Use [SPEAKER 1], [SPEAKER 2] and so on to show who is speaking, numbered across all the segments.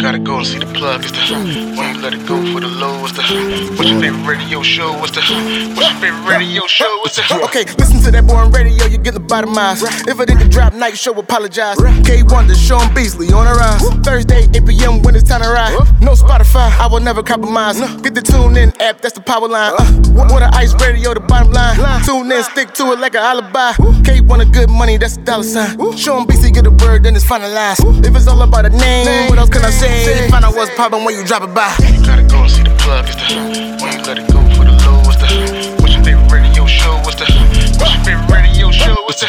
[SPEAKER 1] gotta go and see the plug. It's the when you let it go for the low. What's the what's your favorite radio show? What's the what's your favorite radio show? What's the
[SPEAKER 2] Okay, listen to that boy on radio, you get the bottom eyes. If it didn't drop, night show apologize. K Wonder, Sean Beasley on the rise. Thursday, 8 p.m. when it's time to ride. No Spotify, I will never compromise. Get the tune in app, that's the power line. Uh, water ice radio, the bottom line. Tune in, stick to it like an alibi. K Wonder, good money, that's a dollar sign. Sean Beasley, get the word, then it's finalized. If it's all about a name, what else can I say? Find out what's poppin' when you drop it by.
[SPEAKER 1] You gotta go and see the plug. It's the when you let it go for the low. What's the what's your favorite radio show? What's the what's your favorite radio show? What's the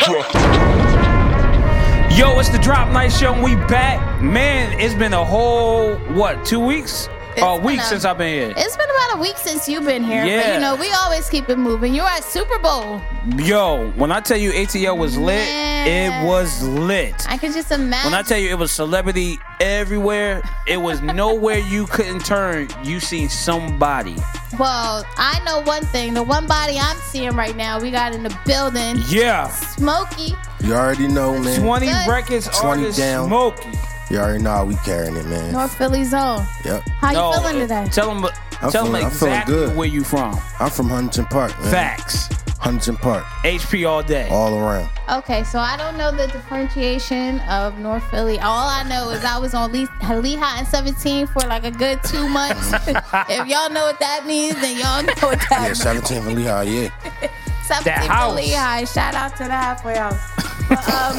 [SPEAKER 3] Yo, it's the Drop Night Show, and we back. Man, it's been a whole, what, two weeks? Or a
[SPEAKER 4] been
[SPEAKER 3] week
[SPEAKER 4] a-
[SPEAKER 3] since I've been here.
[SPEAKER 4] It's been about a week since you've been here, but
[SPEAKER 3] Yeah.
[SPEAKER 4] you know, we always keep it moving. You're at Super Bowl.
[SPEAKER 3] Yo, when I tell you ATL was lit,
[SPEAKER 4] Man.
[SPEAKER 3] it was lit.
[SPEAKER 4] I could just imagine.
[SPEAKER 3] When I tell you it was celebrity everywhere, it was nowhere you couldn't turn. You seen somebody.
[SPEAKER 4] well, I know one thing. The one body I'm seeing right now, we got in the building.
[SPEAKER 3] Yeah.
[SPEAKER 4] Smokey.
[SPEAKER 2] You already know,
[SPEAKER 3] 20
[SPEAKER 4] Yes.
[SPEAKER 3] records
[SPEAKER 2] 20
[SPEAKER 3] artist
[SPEAKER 2] down.
[SPEAKER 3] Smokey.
[SPEAKER 2] You already know how we carrying it, man.
[SPEAKER 4] North Philly Zone.
[SPEAKER 2] Yep.
[SPEAKER 4] How you
[SPEAKER 3] No,
[SPEAKER 4] feeling today?
[SPEAKER 3] Tell them,
[SPEAKER 2] I'm
[SPEAKER 3] tell
[SPEAKER 2] feeling-
[SPEAKER 3] them
[SPEAKER 2] I'm feeling
[SPEAKER 3] exactly
[SPEAKER 2] good.
[SPEAKER 3] where you from.
[SPEAKER 2] I'm from Huntington Park, man.
[SPEAKER 3] Facts.
[SPEAKER 2] Huntington Park,
[SPEAKER 3] HP all day.
[SPEAKER 2] all around.
[SPEAKER 4] Okay, so I don't know the differentiation of North Philly. All I know is I was on Le- Lehigh and 17 for like a good two months. if y'all know what that means, then y'all know what that
[SPEAKER 2] Yeah,
[SPEAKER 4] means.
[SPEAKER 2] 17 from Lehigh, yeah.
[SPEAKER 4] 17
[SPEAKER 3] That
[SPEAKER 4] for
[SPEAKER 3] house.
[SPEAKER 4] Lehigh. Shout out to the halfway house. But, um,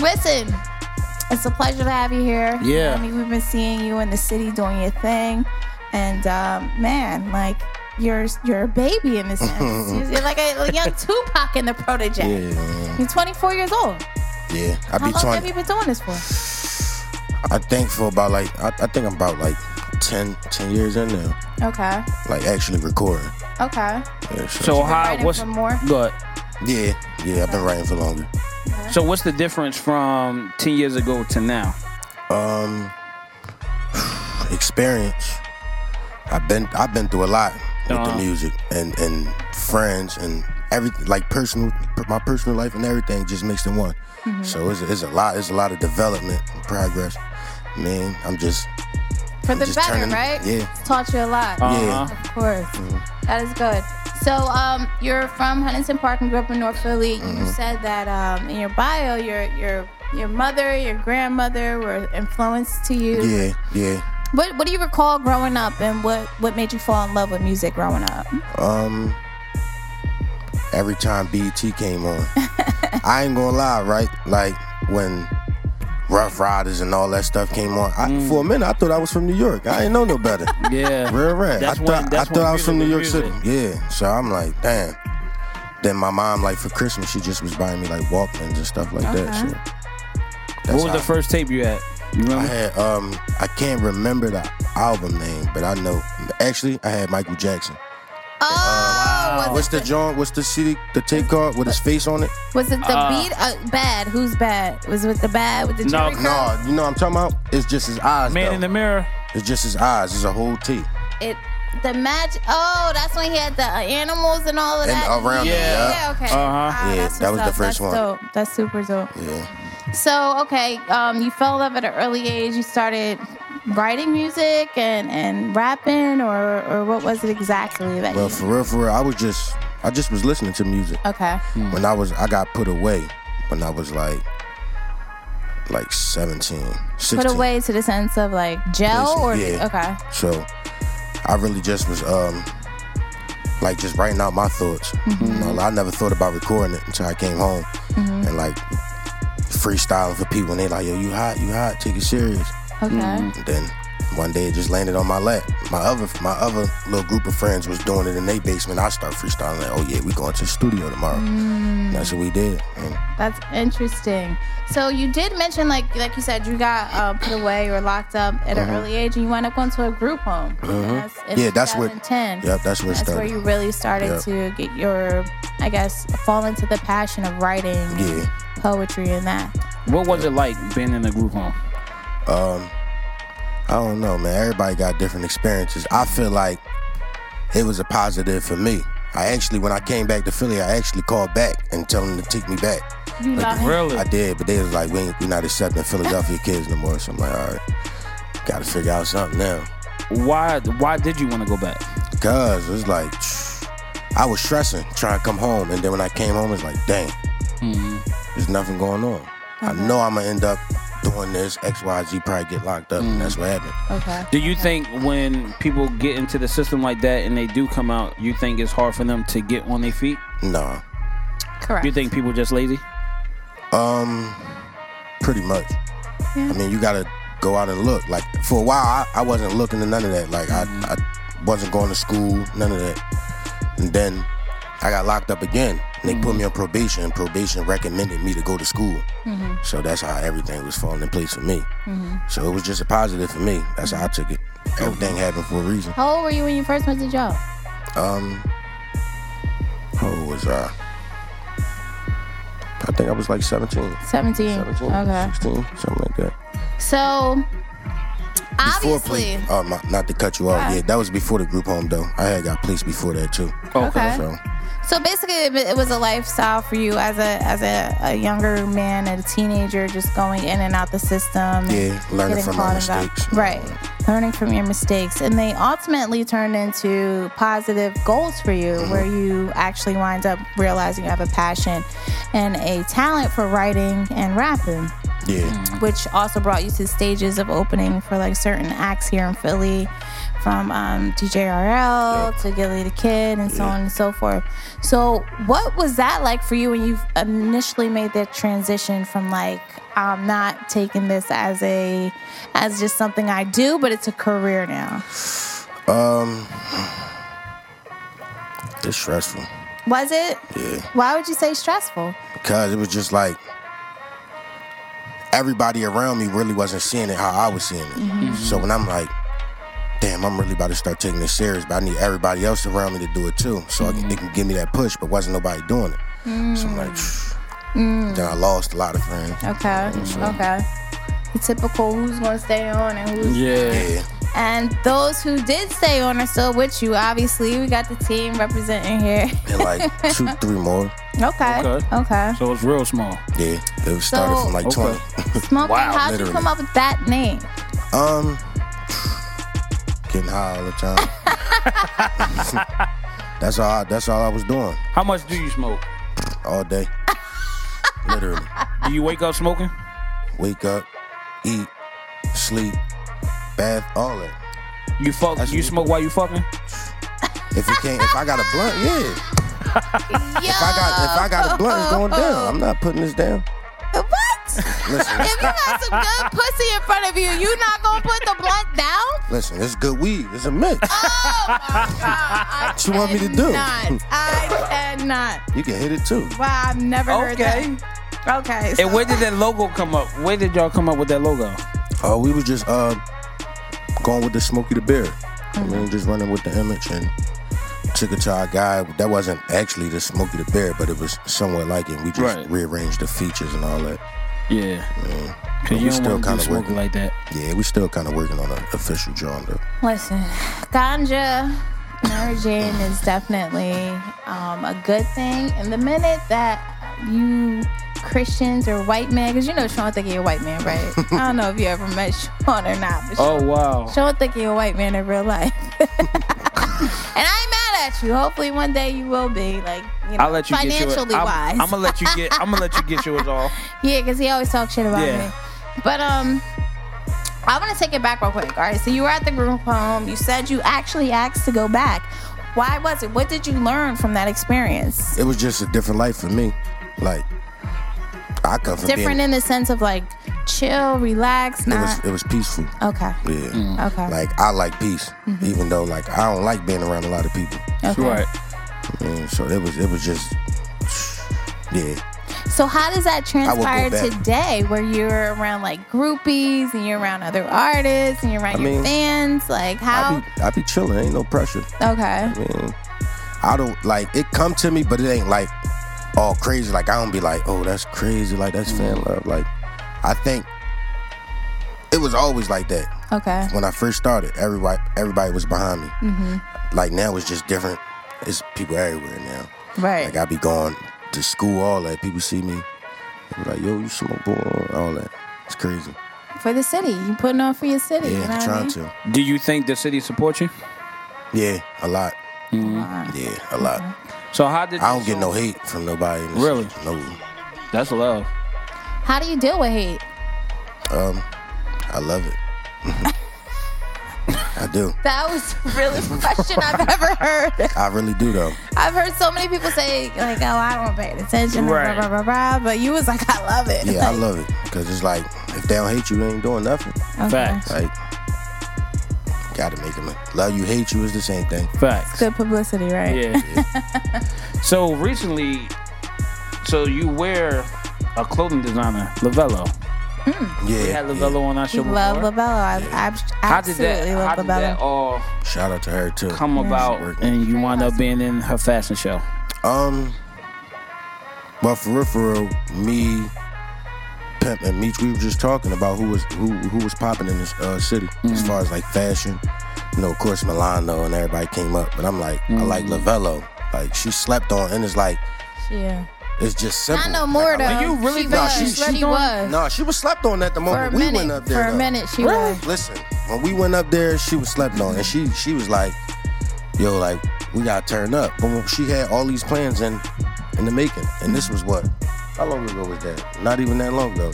[SPEAKER 4] listen, it's a pleasure to have you here.
[SPEAKER 3] Yeah.
[SPEAKER 4] I mean, we've been seeing you in the city doing your thing, and um, man, like. You're, you're a baby in this sense. You're like a, young Tupac in the protege.
[SPEAKER 2] Yeah, man.
[SPEAKER 4] You're 24 years old.
[SPEAKER 2] Yeah. I
[SPEAKER 4] How
[SPEAKER 2] be
[SPEAKER 4] long have
[SPEAKER 2] 20.
[SPEAKER 4] you been doing this for?
[SPEAKER 2] I think for about like, I, I think I'm about like 10, 10 years in now.
[SPEAKER 4] Okay.
[SPEAKER 2] Like actually recording.
[SPEAKER 4] Okay.
[SPEAKER 2] Yeah, so,
[SPEAKER 3] so how?
[SPEAKER 4] Writing
[SPEAKER 3] What's
[SPEAKER 4] for more?
[SPEAKER 3] good?
[SPEAKER 2] yeah, yeah, I've been writing for longer.
[SPEAKER 3] So what's the difference from 10 years ago to now?
[SPEAKER 2] Um, experience. I've been I've been through a lot with
[SPEAKER 3] Uh-huh.
[SPEAKER 2] the music and and friends and everything like personal my personal life and everything just mixed in one. So it's, it's a lot it's a lot of development and progress. Man, I'm just
[SPEAKER 4] For
[SPEAKER 2] I'm
[SPEAKER 4] the
[SPEAKER 2] just
[SPEAKER 4] better,
[SPEAKER 2] turning-
[SPEAKER 4] right?
[SPEAKER 2] yeah.
[SPEAKER 4] It's taught you a lot.
[SPEAKER 3] Uh-huh.
[SPEAKER 4] Of course.
[SPEAKER 2] Mm-hmm.
[SPEAKER 4] That is good. So, um, you're from Huntington Park and grew up in North Philly.
[SPEAKER 2] Mm-hmm.
[SPEAKER 4] You said that um, in your bio, your your your mother, your grandmother were influenced to you.
[SPEAKER 2] yeah yeah.
[SPEAKER 4] What What do you recall growing up, and what what made you fall in love with music growing up?
[SPEAKER 2] Um, every time BET came on, I ain't gonna lie, right? Like when Rough Riders and all that stuff came on, I, for a minute I thought I was from New York. I didn't know no better.
[SPEAKER 3] Mm. Yeah.
[SPEAKER 2] Real rap. I
[SPEAKER 3] That's when-
[SPEAKER 2] thought I
[SPEAKER 3] that's
[SPEAKER 2] thought
[SPEAKER 3] when
[SPEAKER 2] I was from New York
[SPEAKER 3] music
[SPEAKER 2] City.
[SPEAKER 3] was
[SPEAKER 2] Yeah. So I'm like, damn. Then my mom, like for Christmas, she just was buying me like Walkmans and stuff like that. So that's
[SPEAKER 3] Uh-huh. What was
[SPEAKER 2] how
[SPEAKER 3] the first tape you had? You
[SPEAKER 2] I
[SPEAKER 3] remember?
[SPEAKER 2] had um I can't remember the album name, but I know actually I had Michael Jackson.
[SPEAKER 4] Oh, was,
[SPEAKER 2] What's the joint? What's the city? The tape card with his face on it?
[SPEAKER 4] was it the beat? Uh, bad. Who's bad? Was it the bad with the
[SPEAKER 3] No,
[SPEAKER 4] Jerry curl?
[SPEAKER 2] No, you know what I'm talking about? It's just his eyes.
[SPEAKER 3] Man
[SPEAKER 2] though.
[SPEAKER 3] in the Mirror.
[SPEAKER 2] it's just his eyes. It's a whole tape.
[SPEAKER 4] It the magic. Oh, that's when he had the uh, animals and all of
[SPEAKER 2] And
[SPEAKER 4] that.
[SPEAKER 2] around it,
[SPEAKER 4] yeah.
[SPEAKER 2] yeah.
[SPEAKER 4] yeah. Okay.
[SPEAKER 3] Uh-huh.
[SPEAKER 4] Ah,
[SPEAKER 2] Yeah,
[SPEAKER 4] that's
[SPEAKER 2] that
[SPEAKER 4] what's
[SPEAKER 2] was the
[SPEAKER 4] up.
[SPEAKER 2] first
[SPEAKER 4] that's
[SPEAKER 2] one.
[SPEAKER 4] Dope. That's super dope.
[SPEAKER 2] Yeah.
[SPEAKER 4] So okay, um, you fell in love at an early age. You started writing music and and rapping, or or what was it exactly that?
[SPEAKER 2] Well,
[SPEAKER 4] you,
[SPEAKER 2] for real, for real, I was just, I just was listening to music
[SPEAKER 4] okay.
[SPEAKER 2] when I was, I got put away when I was like, like 17, 16.
[SPEAKER 4] Put away to the sense of like gel
[SPEAKER 2] Listen,
[SPEAKER 4] or
[SPEAKER 2] yeah.
[SPEAKER 4] okay.
[SPEAKER 2] So, I really just was, um, like just writing out my thoughts. You know, I never thought about recording it until I came home and like freestyling for people, and they like, yo, you hot, you hot, take it serious.
[SPEAKER 4] Okay.
[SPEAKER 2] And then one day it just landed on my lap. My other my other little group of friends was doing it in their basement. I start freestyling like, oh yeah, we going to the studio tomorrow. And that's what we did. And
[SPEAKER 4] That's interesting. So you did mention, like, like you said, you got uh, put away or locked up at an early age, and you wound up going to a group home. That's in
[SPEAKER 2] Mm-hmm. Yeah, that's where-
[SPEAKER 4] 2010.
[SPEAKER 2] yep, that's where it
[SPEAKER 4] That's where
[SPEAKER 2] started.
[SPEAKER 4] you really started
[SPEAKER 2] Yep.
[SPEAKER 4] to get your, I guess, fall into the passion of writing,
[SPEAKER 2] Yeah.
[SPEAKER 4] poetry, and that.
[SPEAKER 3] What was it like being in a group home?
[SPEAKER 2] I don't know, man. Everybody got different experiences. I feel like it was a positive for me. I actually, when I came back to Philly, I actually called back and told them to take me back.
[SPEAKER 4] You love
[SPEAKER 3] Really?
[SPEAKER 2] I did, but they was like, we ain't, we not accepting Philadelphia kids no more. So I'm like, all right. Gotta figure out something now.
[SPEAKER 3] Why why did you want to go back?
[SPEAKER 2] Cause it's like I was stressing trying to come home, and then when I came home, it's like, dang, there's nothing going on. I know I'm gonna end up doing this X Y Z, probably get locked up, and that's what happened.
[SPEAKER 4] Okay.
[SPEAKER 3] Do you think when people get into the system like that and they do come out, you think it's hard for them to get on their feet?
[SPEAKER 2] Nah,
[SPEAKER 4] Correct.
[SPEAKER 3] You think people just lazy?
[SPEAKER 2] um, pretty much. I mean, you gotta go out and look. Like for a while, I, I wasn't looking to none of that. Like I, I wasn't going to school, none of that. And then I got locked up again. And they put me on probation, and probation recommended me to go to school. So that's how everything was falling in place for me. So it was just a positive for me. That's how I took it. Everything happened for a reason.
[SPEAKER 4] How old were you when you first went to jail?
[SPEAKER 2] Um, how old was I? I think I was like 17,
[SPEAKER 4] 17.
[SPEAKER 2] 17,
[SPEAKER 4] Okay.
[SPEAKER 2] 16, something like that.
[SPEAKER 4] So,
[SPEAKER 2] Before
[SPEAKER 4] obviously.
[SPEAKER 2] police, oh, my, not to cut you off.
[SPEAKER 4] Yeah.
[SPEAKER 2] Yeah, that was before the group home though. I had got police before that too.
[SPEAKER 4] Oh, Okay.
[SPEAKER 2] So
[SPEAKER 4] So basically, it it was a lifestyle for you as a as a, a younger man and a teenager, just going in and out the system. and
[SPEAKER 2] Yeah, learning
[SPEAKER 4] getting
[SPEAKER 2] from my
[SPEAKER 4] caught and got-
[SPEAKER 2] mistakes.
[SPEAKER 4] Right, learning from your mistakes, and they ultimately turned into positive goals for you,
[SPEAKER 2] Mm-hmm.
[SPEAKER 4] where you actually wind up realizing you have a passion and a talent for writing and rapping
[SPEAKER 2] yeah,
[SPEAKER 4] which also brought you to stages of opening for like certain acts here in Philly, from um, DJ RL to Gilly the Kid and so on and so forth. So, what was that like for you when you initially made that transition from like um, not taking this as a as just something I do, but it's a career now?
[SPEAKER 2] it's stressful.
[SPEAKER 4] Was it?
[SPEAKER 2] Yeah.
[SPEAKER 4] Why would you say stressful?
[SPEAKER 2] Cause it was just like everybody around me really wasn't seeing it how I was seeing it.
[SPEAKER 4] Mm-hmm.
[SPEAKER 2] So when I'm like, damn, I'm really about to start taking this serious, but I need everybody else around me to do it too. So I can, they can give me that push, but wasn't nobody doing it. So I'm like,
[SPEAKER 4] Mm.
[SPEAKER 2] then I lost a lot of friends.
[SPEAKER 4] Okay. Okay. The typical who's gonna stay on and who's
[SPEAKER 2] Yeah.
[SPEAKER 4] And those who did stay on are still with you. Obviously, we got the team representing here.
[SPEAKER 2] And like two, three more.
[SPEAKER 4] Okay.
[SPEAKER 3] Okay.
[SPEAKER 4] Okay.
[SPEAKER 3] So it's real small.
[SPEAKER 2] Yeah. It was started
[SPEAKER 4] So-
[SPEAKER 2] from like
[SPEAKER 3] Okay.
[SPEAKER 2] 20.
[SPEAKER 4] Smoking,
[SPEAKER 3] Wow,
[SPEAKER 4] how'd
[SPEAKER 2] literally.
[SPEAKER 4] you come up with that name?
[SPEAKER 2] Um, getting high all the time. that's all. I, that's all I was doing
[SPEAKER 3] How much do you smoke?
[SPEAKER 2] all day. Literally,
[SPEAKER 3] Do you wake up smoking?
[SPEAKER 2] wake up, eat, sleep, bath, all that.
[SPEAKER 3] You fuck
[SPEAKER 2] That's
[SPEAKER 3] you
[SPEAKER 2] what-
[SPEAKER 3] smoke while you fucking?
[SPEAKER 2] If it can't, if I got a blunt, yeah.
[SPEAKER 4] Yo,
[SPEAKER 2] If I got, if I got a blunt, it's going down. I'm not putting this down.
[SPEAKER 4] what?
[SPEAKER 2] Listen,
[SPEAKER 4] if you got some good pussy in front of you, you not gonna put the blunt down?
[SPEAKER 2] listen. It's good weed. It's a mix.
[SPEAKER 4] Oh my god! I
[SPEAKER 2] What you want me to do?
[SPEAKER 4] cannot. I cannot.
[SPEAKER 2] You can hit it too.
[SPEAKER 4] Wow, I've never
[SPEAKER 3] Okay.
[SPEAKER 4] heard that. Okay. so-
[SPEAKER 3] And where did that logo come up? Where did y'all come up with that logo?
[SPEAKER 2] Oh, we was just uh going with the Smokey the Bear. And then just running with the image and took it to our guy. That wasn't actually the Smokey the Bear, but it was somewhat like it. We just
[SPEAKER 3] Right.
[SPEAKER 2] rearranged the features and all that.
[SPEAKER 3] Yeah. Cause
[SPEAKER 2] we
[SPEAKER 3] you don't
[SPEAKER 2] still
[SPEAKER 3] want to
[SPEAKER 2] kinda
[SPEAKER 3] smoking
[SPEAKER 2] working.
[SPEAKER 3] like that.
[SPEAKER 2] Yeah, we still kind of working on an official drawing though.
[SPEAKER 4] Listen, ganja, Mary Jane is definitely um, a good thing. And the minute that you Christians or white men, because you know Sean think you're a white man, right? I don't know if you ever met Sean or not, but
[SPEAKER 3] Oh wow.
[SPEAKER 4] Sean think you're a white man in real life. and I ain't mad at you. Hopefully one day you will be, like, you know,
[SPEAKER 3] I'll let you
[SPEAKER 4] financially
[SPEAKER 3] get your,
[SPEAKER 4] wise.
[SPEAKER 3] I'm, I'm gonna let you get I'm gonna let you get yours off.
[SPEAKER 4] Yeah, because he always talks shit about
[SPEAKER 3] Yeah.
[SPEAKER 4] me. But um, I want to take it back real quick. All right, so you were at the group home. You said you actually asked to go back. Why was it? What did you learn from that experience?
[SPEAKER 2] It was just a different life for me. Like I come from
[SPEAKER 4] Different
[SPEAKER 2] being,
[SPEAKER 4] in the sense of like chill, relax,
[SPEAKER 2] it was
[SPEAKER 4] not
[SPEAKER 2] it was peaceful.
[SPEAKER 4] okay.
[SPEAKER 2] Yeah.
[SPEAKER 4] Okay. Mm-hmm.
[SPEAKER 2] Like I like peace, even though like I don't like being around a lot of people.
[SPEAKER 4] okay.
[SPEAKER 2] Yeah, so it was it was just yeah.
[SPEAKER 4] So how does that
[SPEAKER 2] will go
[SPEAKER 4] transpire
[SPEAKER 2] back.
[SPEAKER 4] today, where you're around like groupies and you're around other artists and you're around
[SPEAKER 2] I
[SPEAKER 4] your
[SPEAKER 2] mean,
[SPEAKER 4] fans? Like
[SPEAKER 2] I
[SPEAKER 4] how?
[SPEAKER 2] be I be chilling. Ain't no pressure.
[SPEAKER 4] okay.
[SPEAKER 2] man. I don't like it come to me, but it ain't like all crazy. Like I don't be like, oh, that's crazy. Like that's
[SPEAKER 4] Mm.
[SPEAKER 2] fan love. Like I think it was always like that
[SPEAKER 4] Okay.
[SPEAKER 2] when I first started. Everybody, everybody was behind me.
[SPEAKER 4] Mm-hmm.
[SPEAKER 2] Like now it's just different. It's people everywhere now.
[SPEAKER 4] Right.
[SPEAKER 2] Like I be going to school, all that. People see me, they be like, yo, you smoke boy, all that. It's crazy.
[SPEAKER 4] for the city. You putting on for your city. you know
[SPEAKER 2] Yeah,
[SPEAKER 4] what I
[SPEAKER 2] trying
[SPEAKER 4] mean?
[SPEAKER 2] to.
[SPEAKER 3] Do you think the city supports you?
[SPEAKER 2] Yeah, a lot. Yeah, a lot.
[SPEAKER 3] So how did
[SPEAKER 2] I don't get no hate from nobody. in the
[SPEAKER 3] Really?
[SPEAKER 2] city, No.
[SPEAKER 3] That's love.
[SPEAKER 4] How do you deal with hate?
[SPEAKER 2] Um, I love it. I do.
[SPEAKER 4] That was really the question I've ever heard.
[SPEAKER 2] I really do though.
[SPEAKER 4] I've heard so many people say like, "Oh, I don't pay attention," blah,
[SPEAKER 3] Right.
[SPEAKER 4] blah, blah, blah, blah, but you was like, "I love it."
[SPEAKER 2] Yeah, I
[SPEAKER 4] Like,
[SPEAKER 2] love it because it's like if they don't hate you, you ain't doing nothing.
[SPEAKER 4] okay.
[SPEAKER 3] Facts.
[SPEAKER 2] Like, gotta make them love you, hate you is the same thing.
[SPEAKER 3] Facts.
[SPEAKER 4] Good publicity, right?
[SPEAKER 3] Yeah. so recently, so you wear a clothing designer, Lavello.
[SPEAKER 2] Yeah.
[SPEAKER 3] We had
[SPEAKER 2] yeah.
[SPEAKER 3] Lavello on our show
[SPEAKER 4] We love
[SPEAKER 3] before.
[SPEAKER 4] Labello. I, I
[SPEAKER 3] How did
[SPEAKER 4] absolutely
[SPEAKER 3] that? How
[SPEAKER 4] love
[SPEAKER 3] did that
[SPEAKER 4] Labello.
[SPEAKER 3] all
[SPEAKER 2] Shout out to her too.
[SPEAKER 3] come about, and you wound up being in her fashion show?
[SPEAKER 2] Um, but for real, for real, me, Pimp, and Meech, we were just talking about who was who who was popping in this uh, city
[SPEAKER 4] Mm.
[SPEAKER 2] as far as like fashion. You know, of course, Milano and everybody came up, but I'm like, I
[SPEAKER 4] Mm.
[SPEAKER 2] like Lavello. Like she slept on, and it's like
[SPEAKER 4] Yeah.
[SPEAKER 2] it's just simple.
[SPEAKER 4] Not no
[SPEAKER 2] Like,
[SPEAKER 4] more
[SPEAKER 2] I
[SPEAKER 4] though.
[SPEAKER 2] like-
[SPEAKER 3] you really
[SPEAKER 4] she
[SPEAKER 2] Nah,
[SPEAKER 4] was.
[SPEAKER 2] she-
[SPEAKER 4] She,
[SPEAKER 2] she
[SPEAKER 3] doing-
[SPEAKER 4] was.
[SPEAKER 2] No, she was slept on at the
[SPEAKER 4] for a
[SPEAKER 2] moment we
[SPEAKER 4] minute.
[SPEAKER 2] went up there.
[SPEAKER 4] for a
[SPEAKER 2] though.
[SPEAKER 4] minute, she was.
[SPEAKER 2] Listen, when we went up there, she was slept on, and she she was like, "Yo, like we gotta turn up." But when she had all these plans in in the making, and this was what? How long ago was that? Not even that long ago.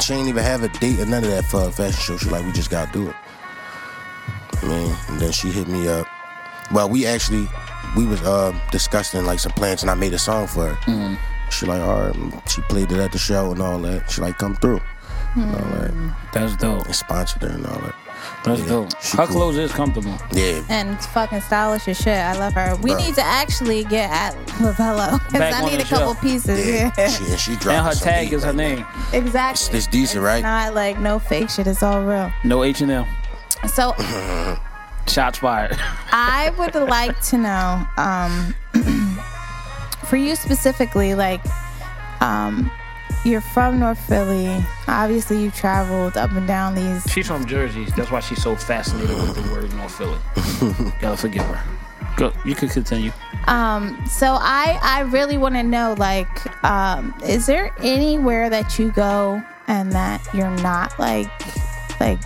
[SPEAKER 2] She ain't even have a date or none of that for a fashion show. She like, we just gotta do it. I mean, and then she hit me up. Well, we actually we was uh, discussing like some plans, and I made a song for her. She like, all right. She played it at the show and all that. She like, come through. And all that
[SPEAKER 3] That's dope.
[SPEAKER 2] and sponsored her and all that.
[SPEAKER 3] That's
[SPEAKER 2] Yeah,
[SPEAKER 3] dope.
[SPEAKER 2] she
[SPEAKER 3] Her
[SPEAKER 2] cool.
[SPEAKER 3] clothes is comfortable.
[SPEAKER 2] Yeah,
[SPEAKER 4] And fucking stylish as shit. I love her. We
[SPEAKER 2] Bro.
[SPEAKER 4] need to actually get at Lavello because
[SPEAKER 3] Back
[SPEAKER 4] I
[SPEAKER 3] on
[SPEAKER 4] need
[SPEAKER 3] the
[SPEAKER 4] a couple
[SPEAKER 3] show.
[SPEAKER 4] pieces.
[SPEAKER 2] yeah.
[SPEAKER 4] Yeah.
[SPEAKER 2] She, and she dropped
[SPEAKER 3] And her tag is her name.
[SPEAKER 4] exactly.
[SPEAKER 2] It's decent, right?
[SPEAKER 4] Not like no fake shit. It's all real.
[SPEAKER 3] No H and M.
[SPEAKER 4] So
[SPEAKER 3] Shots fired.
[SPEAKER 4] I would like to know, um, for you specifically, like, um, you're from North Philly. Obviously, you've traveled up and down these.
[SPEAKER 3] She's from Jersey. That's why she's so fascinated with the word North Philly. Gotta forgive her. Go. You can continue.
[SPEAKER 4] Um, so I, I really want to know, like, um, is there anywhere that you go and that you're not like, like,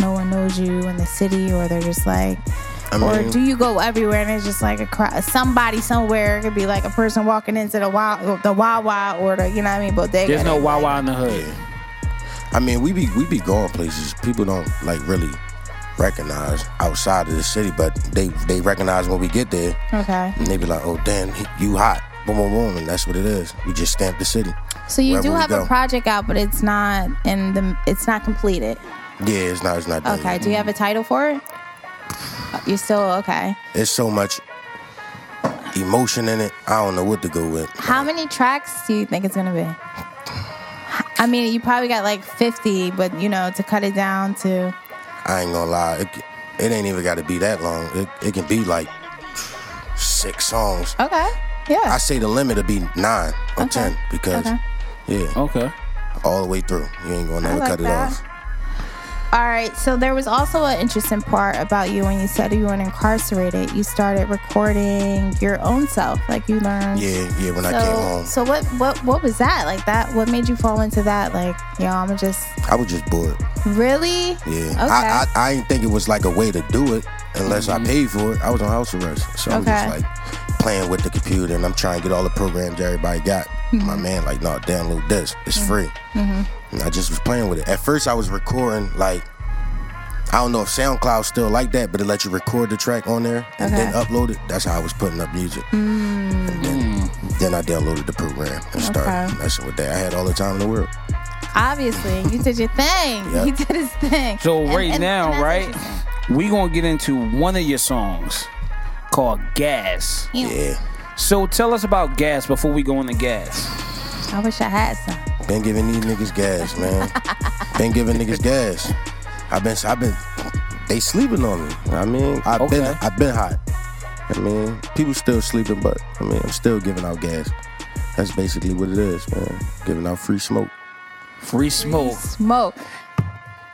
[SPEAKER 4] no one knows you in the city, or they're just like,
[SPEAKER 2] I
[SPEAKER 4] or
[SPEAKER 2] mean,
[SPEAKER 4] do you go everywhere and it's just like a crowd? Somebody somewhere it could be like a person walking into the wild, the Wawa, or the you know what I mean bodega.
[SPEAKER 3] There's no
[SPEAKER 4] They, like,
[SPEAKER 3] Wawa in the hood.
[SPEAKER 2] I mean, we be we be going places. People don't like really recognize outside of the city, but they they recognize when we get there,
[SPEAKER 4] Okay,
[SPEAKER 2] and they be like, "Oh, damn, he- you hot." Boom, boom, boom, and that's what it is. We just stamped the city.
[SPEAKER 4] so you
[SPEAKER 2] Wherever
[SPEAKER 4] do
[SPEAKER 2] we
[SPEAKER 4] have
[SPEAKER 2] go.
[SPEAKER 4] a project out, but it's not in the it's not completed.
[SPEAKER 2] Yeah, it's not, it's not. done
[SPEAKER 4] Okay,
[SPEAKER 2] yet.
[SPEAKER 4] do you have a title for it? You still okay?
[SPEAKER 2] It's so much emotion in it. I don't know what to go with.
[SPEAKER 4] How many tracks do you think it's gonna be? I mean, you probably got like 50, but you know, to cut it down to
[SPEAKER 2] I ain't gonna lie, it, it ain't even got to be that long. It, it can be like six songs.
[SPEAKER 4] okay, yeah,
[SPEAKER 2] I say the limit would be nine or
[SPEAKER 4] Okay.
[SPEAKER 2] ten because
[SPEAKER 4] Okay.
[SPEAKER 2] yeah,
[SPEAKER 3] Okay.
[SPEAKER 2] all the way through. You ain't gonna
[SPEAKER 4] I
[SPEAKER 2] never
[SPEAKER 4] like
[SPEAKER 2] cut it
[SPEAKER 4] that.
[SPEAKER 2] off.
[SPEAKER 4] All right, so there was also an interesting part about you when you said you weren't incarcerated. You started recording your own self, like you learned.
[SPEAKER 2] Yeah, yeah. When
[SPEAKER 4] So,
[SPEAKER 2] I came home,
[SPEAKER 4] so what, what, what was that like? That what made you fall into that? Like, yo, I'm just
[SPEAKER 2] I was just bored.
[SPEAKER 4] really.
[SPEAKER 2] Yeah,
[SPEAKER 4] Okay. Mm-hmm.
[SPEAKER 2] I, I I didn't think it was like a way to do it unless I paid for it. I was on house arrest, so I was just
[SPEAKER 4] Okay.
[SPEAKER 2] like playing with the computer, and I'm trying to get all the programs everybody got.
[SPEAKER 4] Mm-hmm.
[SPEAKER 2] My man, like, no, download this. It's free. And I just was playing with it. At first, I was recording like. I don't know if SoundCloud's still like that, but it let you record the track on there and then
[SPEAKER 4] Okay. Mm.
[SPEAKER 2] upload it. That's how I was putting up music. And then, then I downloaded the program and started
[SPEAKER 4] Okay.
[SPEAKER 2] messing with that. I had all the time in the world.
[SPEAKER 4] Obviously, you did your thing.
[SPEAKER 2] Yeah.
[SPEAKER 4] He did his thing.
[SPEAKER 3] So
[SPEAKER 4] And-
[SPEAKER 3] right
[SPEAKER 4] and-
[SPEAKER 3] now,
[SPEAKER 4] and that's
[SPEAKER 3] right,
[SPEAKER 4] interesting.
[SPEAKER 3] we gonna get into one of your songs called Gas.
[SPEAKER 2] Yeah.
[SPEAKER 3] So tell us about Gas before we go into Gas.
[SPEAKER 4] I wish I had some.
[SPEAKER 2] Been giving these niggas gas, man. Been giving niggas gas. I've been, I've been, they sleeping on me. I mean, I've been,
[SPEAKER 3] Okay.
[SPEAKER 2] I've been hot. I mean, people still sleeping, but I mean, I'm still giving out gas. That's basically what it is, man. Giving out free smoke.
[SPEAKER 3] Free smoke.
[SPEAKER 4] Smoke.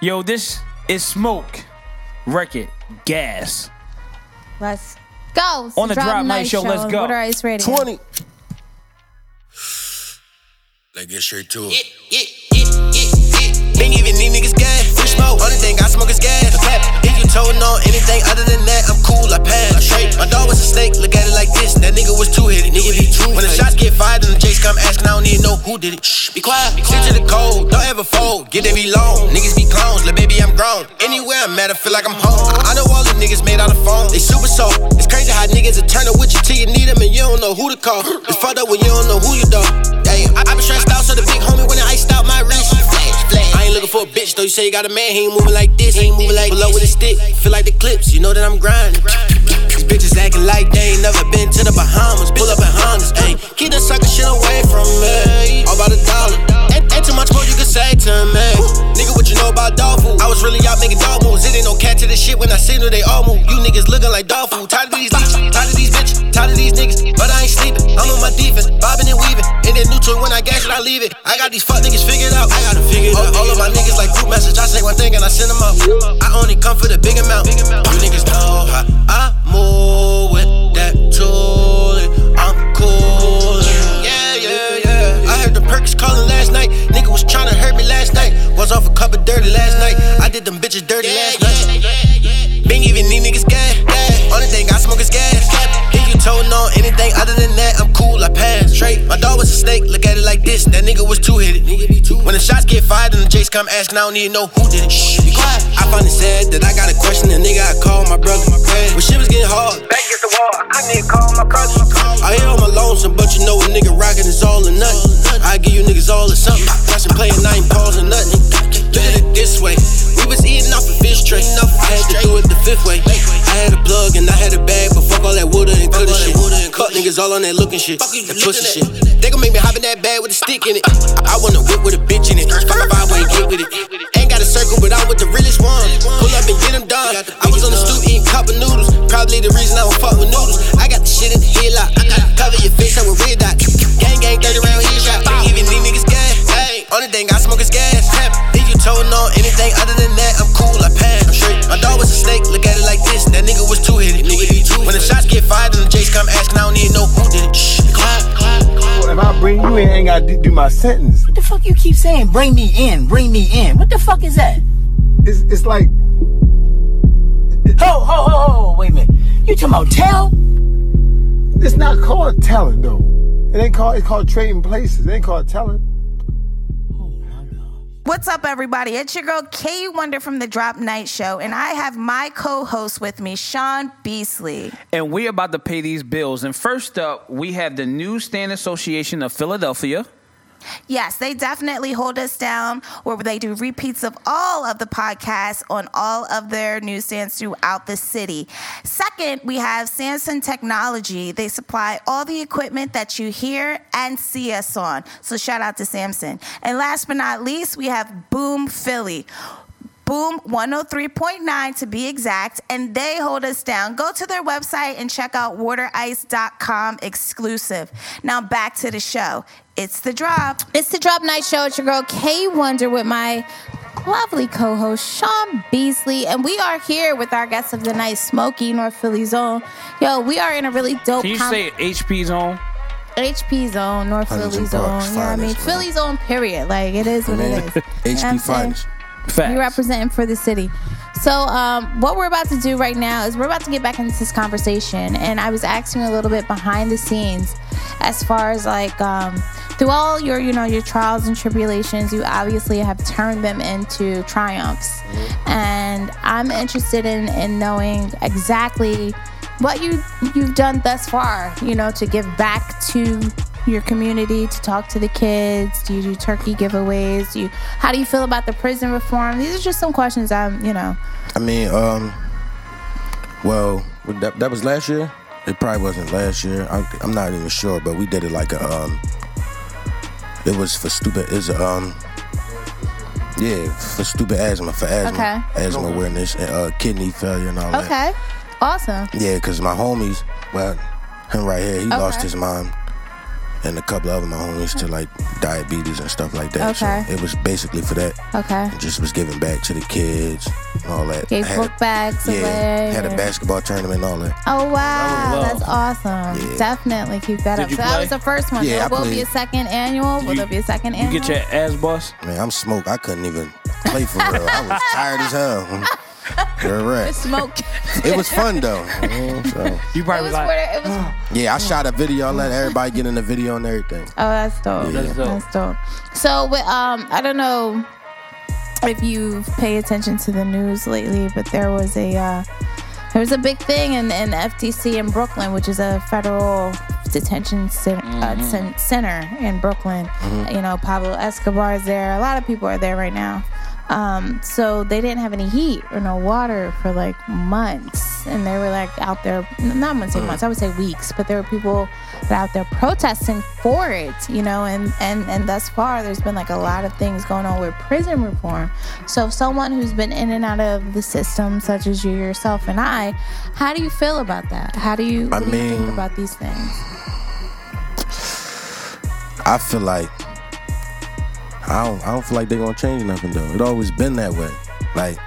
[SPEAKER 3] Yo, this is smoke. Record Gas.
[SPEAKER 4] Let's go. It's
[SPEAKER 3] On the Drop Night Show, let's
[SPEAKER 4] on
[SPEAKER 3] go.
[SPEAKER 4] Water Ice Radio.
[SPEAKER 2] Twenty. Like get straight to it.
[SPEAKER 5] Yeah, yeah, yeah, yeah, yeah. Been giving these niggas gas. Free smoke, only thing I smoke is gas. Tap. If you told on anything other than that, I'm cool, I pass. Straight. My dog was a snake, look at it like this. That nigga was two headed, nigga be true. When the shots get fired and the J's come asking, I don't even know who did it. Shh, be quiet. Stick to the code, don't ever fold. Get every loan. Niggas be clones, little baby, I'm grown. Anywhere I'm at, I feel like I'm home. I know all the niggas made out of phone. They super soft. It's crazy how niggas are turning with you till you need them and you don't know who to call. It's fucked up when you don't know who you though. Damn, I, I been stressed out, so the big homie when I iced out my wrist. Flash, flash. I ain't looking for a bitch, though. You say you got a man, he ain't moving like this. He ain't moving like below with a stick. Feel like the clips, you know that I'm grinding. These bitches acting like they ain't never been to the Bahamas. Pull up in Hondas, ayy. Keep the sucker shit away from me. All about a dollar. Ain't, ain't too much more you can say to me. Nigga, what you know about dog food? I was really out making dog moves. It ain't no catch to this shit when I signal they all move. You niggas looking like dog food. Tired of these bitches, tired of these bitches, tired of these niggas. But I ain't sleeping. I'm on my defense, bobbing and weaving. And then new to it when I gas it, I leave it. I got these fuck niggas figured out. I gotta figure it out. All of my niggas like group message. I say one thing and I send them out. I only come for the big amount. You niggas know how I move with that tool. I'm coolin'. Yeah, yeah, yeah. I heard the perks calling last night. Nigga was tryna hurt me last night. Was off a cup of dirty last night. I did them bitches dirty last night. Been giving these niggas gas. gas. Only thing I smoke is gas. If you told on anything other than that, I'm cool, I pass. Straight. My dog was a snake, look at it like this. That nigga was two headed. When the shots get fired and the J's come asking, I don't even know who did it. Shh, be quiet. I finally said that I got a question, the nigga I called my brother. When shit was getting hard, back against the wall, I couldn't even call my cousin. I hear all my lonesome, but you know a nigga rockin' is all or nothing. I give you niggas all or something. Watch and play and I ain't pausing nothing. Look at it this way. We was eating off a fish tray. I had to do it the fifth way. I had a plug and I had a bag, but fuck all that wood and cut shit. Cut niggas all on that looking shit. That pussy shit. They gon' make me hop in that bag with a stick in it. I wanna whip with a bitch in it. Fuck a vibe way, get with it. Ain't got a circle, but I'm with the realest one. Pull up and get them done. I was on the stoop eating cup of noodles. Probably the reason I don't fuck with noodles. I got the shit in the headlock. I gotta cover your face up with red dot. Gang, gang, 30 round headshot. Even these niggas gas. Ayy, Only thing I smoke is gas. If you told on anything other than that, I'm cool, I pass. I'm straight. My dog was a snake, look at it like this. That nigga was two headed. When the shots get fired and the J's come asking, I don't even know who did it. Shh, be quiet.
[SPEAKER 6] If I bring you in, I ain't gotta do- do my sentence.
[SPEAKER 7] What the fuck you keep saying? Bring me in, bring me in. What the fuck is that?
[SPEAKER 6] It's, it's like
[SPEAKER 7] Ho, ho, ho, ho, wait a minute. You talking about tell?
[SPEAKER 6] it's not called talent though. It ain't called it's called trading places. It ain't called talent.
[SPEAKER 4] What's up, everybody? It's your girl Kay Wonder from the Drop Night Show, and I have my co-host with me, Sean Beasley.
[SPEAKER 3] And we about to pay these bills. And first up, we have the Newsstand Association of Philadelphia.
[SPEAKER 4] Yes, they definitely hold us down where they do repeats of all of the podcasts on all of their newsstands throughout the city. Second, we have Samson Technology. They supply all the equipment that you hear and see us on. So shout out to Samson. And last but not least, we have Boom Philly. Boom 103.9 to be exact, and they hold us down. Go to their website and check out waterice.com exclusive. Now back to the show. It's the drop. It's the drop night show. It's your girl Kay Wonder with my lovely co-host Sean Beasley, and we are here with our guest of the night, Smokey North Philly Zone. Yo, we are in a really dope.
[SPEAKER 3] Can you
[SPEAKER 4] com-
[SPEAKER 3] say HP Zone?
[SPEAKER 4] HP Zone, North
[SPEAKER 2] Hundreds
[SPEAKER 4] Philly
[SPEAKER 2] and
[SPEAKER 4] Zone?
[SPEAKER 2] bucks,
[SPEAKER 4] you know what I mean?
[SPEAKER 2] finest,
[SPEAKER 4] Philly Zone. Period. Like it is what
[SPEAKER 2] Man,
[SPEAKER 4] it is. You know what I'm
[SPEAKER 2] HP
[SPEAKER 4] saying?
[SPEAKER 2] finest.
[SPEAKER 3] Facts.
[SPEAKER 4] You representing for the city. So, um, what we're about to do right now is we're about to get back into this conversation, and I was asking you a little bit behind the scenes, as far as like um, through all your you know your trials and tribulations, you obviously have turned them into triumphs, and I'm interested in in knowing exactly what you you've done thus far, you know, to give back to your community, to talk to the kids. Do you do turkey giveaways? Do you how do you feel about the prison reform? These are just some questions I'm, you know.
[SPEAKER 2] I mean, um, well, that, that was last year. It probably wasn't last year. I'm, I'm not even sure, but we did it like a, um, it was for stupid. It's a, um, yeah, for stupid asthma, for asthma,
[SPEAKER 4] Okay.
[SPEAKER 2] asthma awareness, and uh, kidney failure and all that.
[SPEAKER 4] Okay. Awesome.
[SPEAKER 2] Yeah, because my homies, well, him right here, he lost
[SPEAKER 4] Okay.
[SPEAKER 2] his mom and a couple of my homies to like diabetes and stuff like that.
[SPEAKER 4] Okay.
[SPEAKER 2] So it was basically for that.
[SPEAKER 4] Okay.
[SPEAKER 2] It just was giving back to the kids and all that.
[SPEAKER 4] Gave
[SPEAKER 2] Had-
[SPEAKER 4] book bags
[SPEAKER 2] Yeah,
[SPEAKER 4] away.
[SPEAKER 2] had a basketball tournament and all that.
[SPEAKER 4] Oh wow,
[SPEAKER 3] love.
[SPEAKER 4] that's awesome!
[SPEAKER 2] Yeah.
[SPEAKER 4] Definitely keep that
[SPEAKER 3] Did
[SPEAKER 4] up.
[SPEAKER 3] you
[SPEAKER 4] So that
[SPEAKER 3] play?
[SPEAKER 4] was the first one.
[SPEAKER 2] Yeah,
[SPEAKER 4] there
[SPEAKER 2] I
[SPEAKER 4] will be
[SPEAKER 2] played.
[SPEAKER 4] a second annual. Will
[SPEAKER 3] You-
[SPEAKER 4] there be a second
[SPEAKER 3] You
[SPEAKER 4] annual?
[SPEAKER 3] get your ass bust.
[SPEAKER 2] Man, I'm smoke. I couldn't even. play for real. I was tired as hell. You're
[SPEAKER 4] The
[SPEAKER 2] right.
[SPEAKER 4] smoke.
[SPEAKER 2] It was fun though. you know, so.
[SPEAKER 3] You
[SPEAKER 4] It
[SPEAKER 3] probably
[SPEAKER 4] was
[SPEAKER 3] like,
[SPEAKER 4] where it was. Oh,
[SPEAKER 2] Yeah, I shot a video. I let everybody get in the video and everything.
[SPEAKER 4] that's dope.
[SPEAKER 2] Yeah.
[SPEAKER 3] That's dope.
[SPEAKER 4] That's dope. So, with, um, I don't know if you pay attention to the news lately, but there was a uh, there was a big thing in, in FTC in Brooklyn, which is a federal detention cen- uh,
[SPEAKER 3] Mm-hmm.
[SPEAKER 4] cen- center in Brooklyn. You know, Pablo Escobar is there. A lot of people are there right now. Um, so they didn't have any heat or no water for like months, and they were like out there. n- Not months, say
[SPEAKER 2] Mm.
[SPEAKER 4] months. I would say weeks. But there were people that out there protesting for it, you know. And and and thus far, there's been like a lot of things going on with prison reform. So, someone who's been in and out of the system, such as you yourself and I, how do you feel about that? How do you, what
[SPEAKER 2] I
[SPEAKER 4] do you think
[SPEAKER 2] mean-
[SPEAKER 4] about these things?
[SPEAKER 2] I feel like I don't. I don't feel like they're gonna change nothing though. It always been that way. Like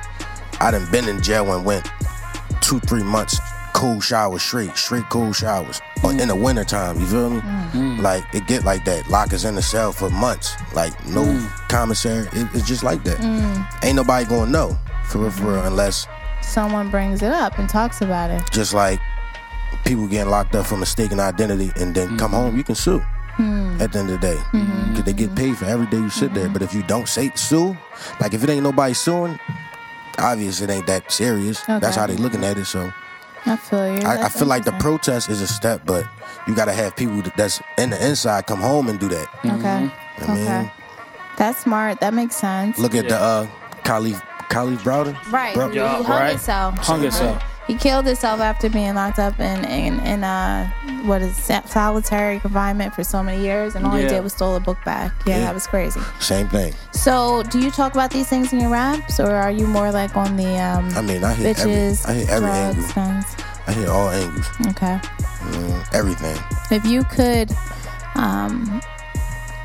[SPEAKER 2] I done been in jail and went two, three months cool showers straight, straight cool showers. Or in the wintertime, you feel me? Like it get like that. Lockers in the cell for months. Like no commissary. It, it's just like that. Ain't nobody gonna know for real, for real, unless
[SPEAKER 4] Someone brings it up and talks about it.
[SPEAKER 2] just like people getting locked up for mistaken identity and then come home, you can sue.
[SPEAKER 4] Hmm.
[SPEAKER 2] At the end of the day,
[SPEAKER 4] Mm-hmm.
[SPEAKER 2] because they get paid for every day you sit there. But if you don't say sue, like if it ain't nobody suing, obvious it ain't that serious. That's
[SPEAKER 4] Okay.
[SPEAKER 2] how they looking at it. So
[SPEAKER 4] I feel you.
[SPEAKER 2] I, I
[SPEAKER 4] That's
[SPEAKER 2] feel like the
[SPEAKER 4] interesting.
[SPEAKER 2] protest is a step, but you gotta have people that- that's in the inside come home and do that.
[SPEAKER 4] Okay.
[SPEAKER 2] Mm-hmm. I mean,
[SPEAKER 4] Okay. That's smart. That makes sense.
[SPEAKER 2] look at the uh, Khalif Khalif Browder.
[SPEAKER 4] right.
[SPEAKER 2] Bro-
[SPEAKER 4] He hung
[SPEAKER 3] right.
[SPEAKER 4] himself.
[SPEAKER 3] Hung himself.
[SPEAKER 4] He killed himself after being locked up in in, in uh what is sa- solitary confinement for so many years, and all he
[SPEAKER 3] Yeah.
[SPEAKER 4] did was stole a book back. Yeah,
[SPEAKER 2] Yeah.
[SPEAKER 4] that was crazy.
[SPEAKER 2] Same thing.
[SPEAKER 4] So, do you talk about these things in your raps, or are you more like on the um
[SPEAKER 2] I mean, I hit
[SPEAKER 4] bitches,
[SPEAKER 2] every, I hit every
[SPEAKER 4] drugs,
[SPEAKER 2] angle.
[SPEAKER 4] guns?
[SPEAKER 2] I hit all angles.
[SPEAKER 4] Okay.
[SPEAKER 2] Mm, everything.
[SPEAKER 4] If you could, um,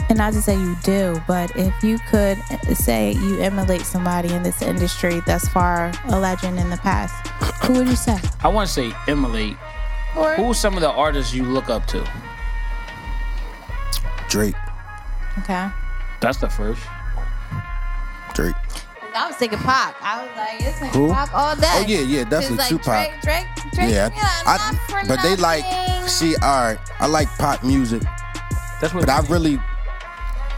[SPEAKER 4] and not to say you do, but if you could say you emulate somebody in this industry thus far, a legend in the past, who would you say?
[SPEAKER 3] I want to say Emily.
[SPEAKER 4] Or
[SPEAKER 3] Who's some of the artists you look up to?
[SPEAKER 2] Drake.
[SPEAKER 4] okay.
[SPEAKER 3] That's the first.
[SPEAKER 2] Drake.
[SPEAKER 4] I was thinking Pac. I was like, it's like
[SPEAKER 2] Who?
[SPEAKER 4] Pac all day.
[SPEAKER 2] Oh, yeah, yeah,
[SPEAKER 4] Just
[SPEAKER 2] definitely
[SPEAKER 4] like
[SPEAKER 2] Tupac.
[SPEAKER 4] Drake, Drake, Drake.
[SPEAKER 2] yeah,
[SPEAKER 4] Yeah,
[SPEAKER 2] I,
[SPEAKER 4] not for
[SPEAKER 2] but they like
[SPEAKER 4] nothing.
[SPEAKER 2] see. All right, I like pop music,
[SPEAKER 3] That's what.
[SPEAKER 2] but I really,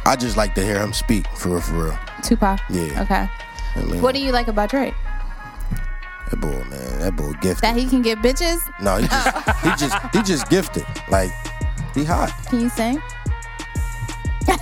[SPEAKER 2] I just like to hear him speak for real, for real.
[SPEAKER 4] Tupac.
[SPEAKER 2] Yeah.
[SPEAKER 4] Okay.
[SPEAKER 2] I mean,
[SPEAKER 4] What do you like about Drake?
[SPEAKER 2] that boy, man, that boy gifted.
[SPEAKER 4] That he can get bitches?
[SPEAKER 2] no, he just, he just, he just gifted. Like he hot.
[SPEAKER 4] Can you sing? but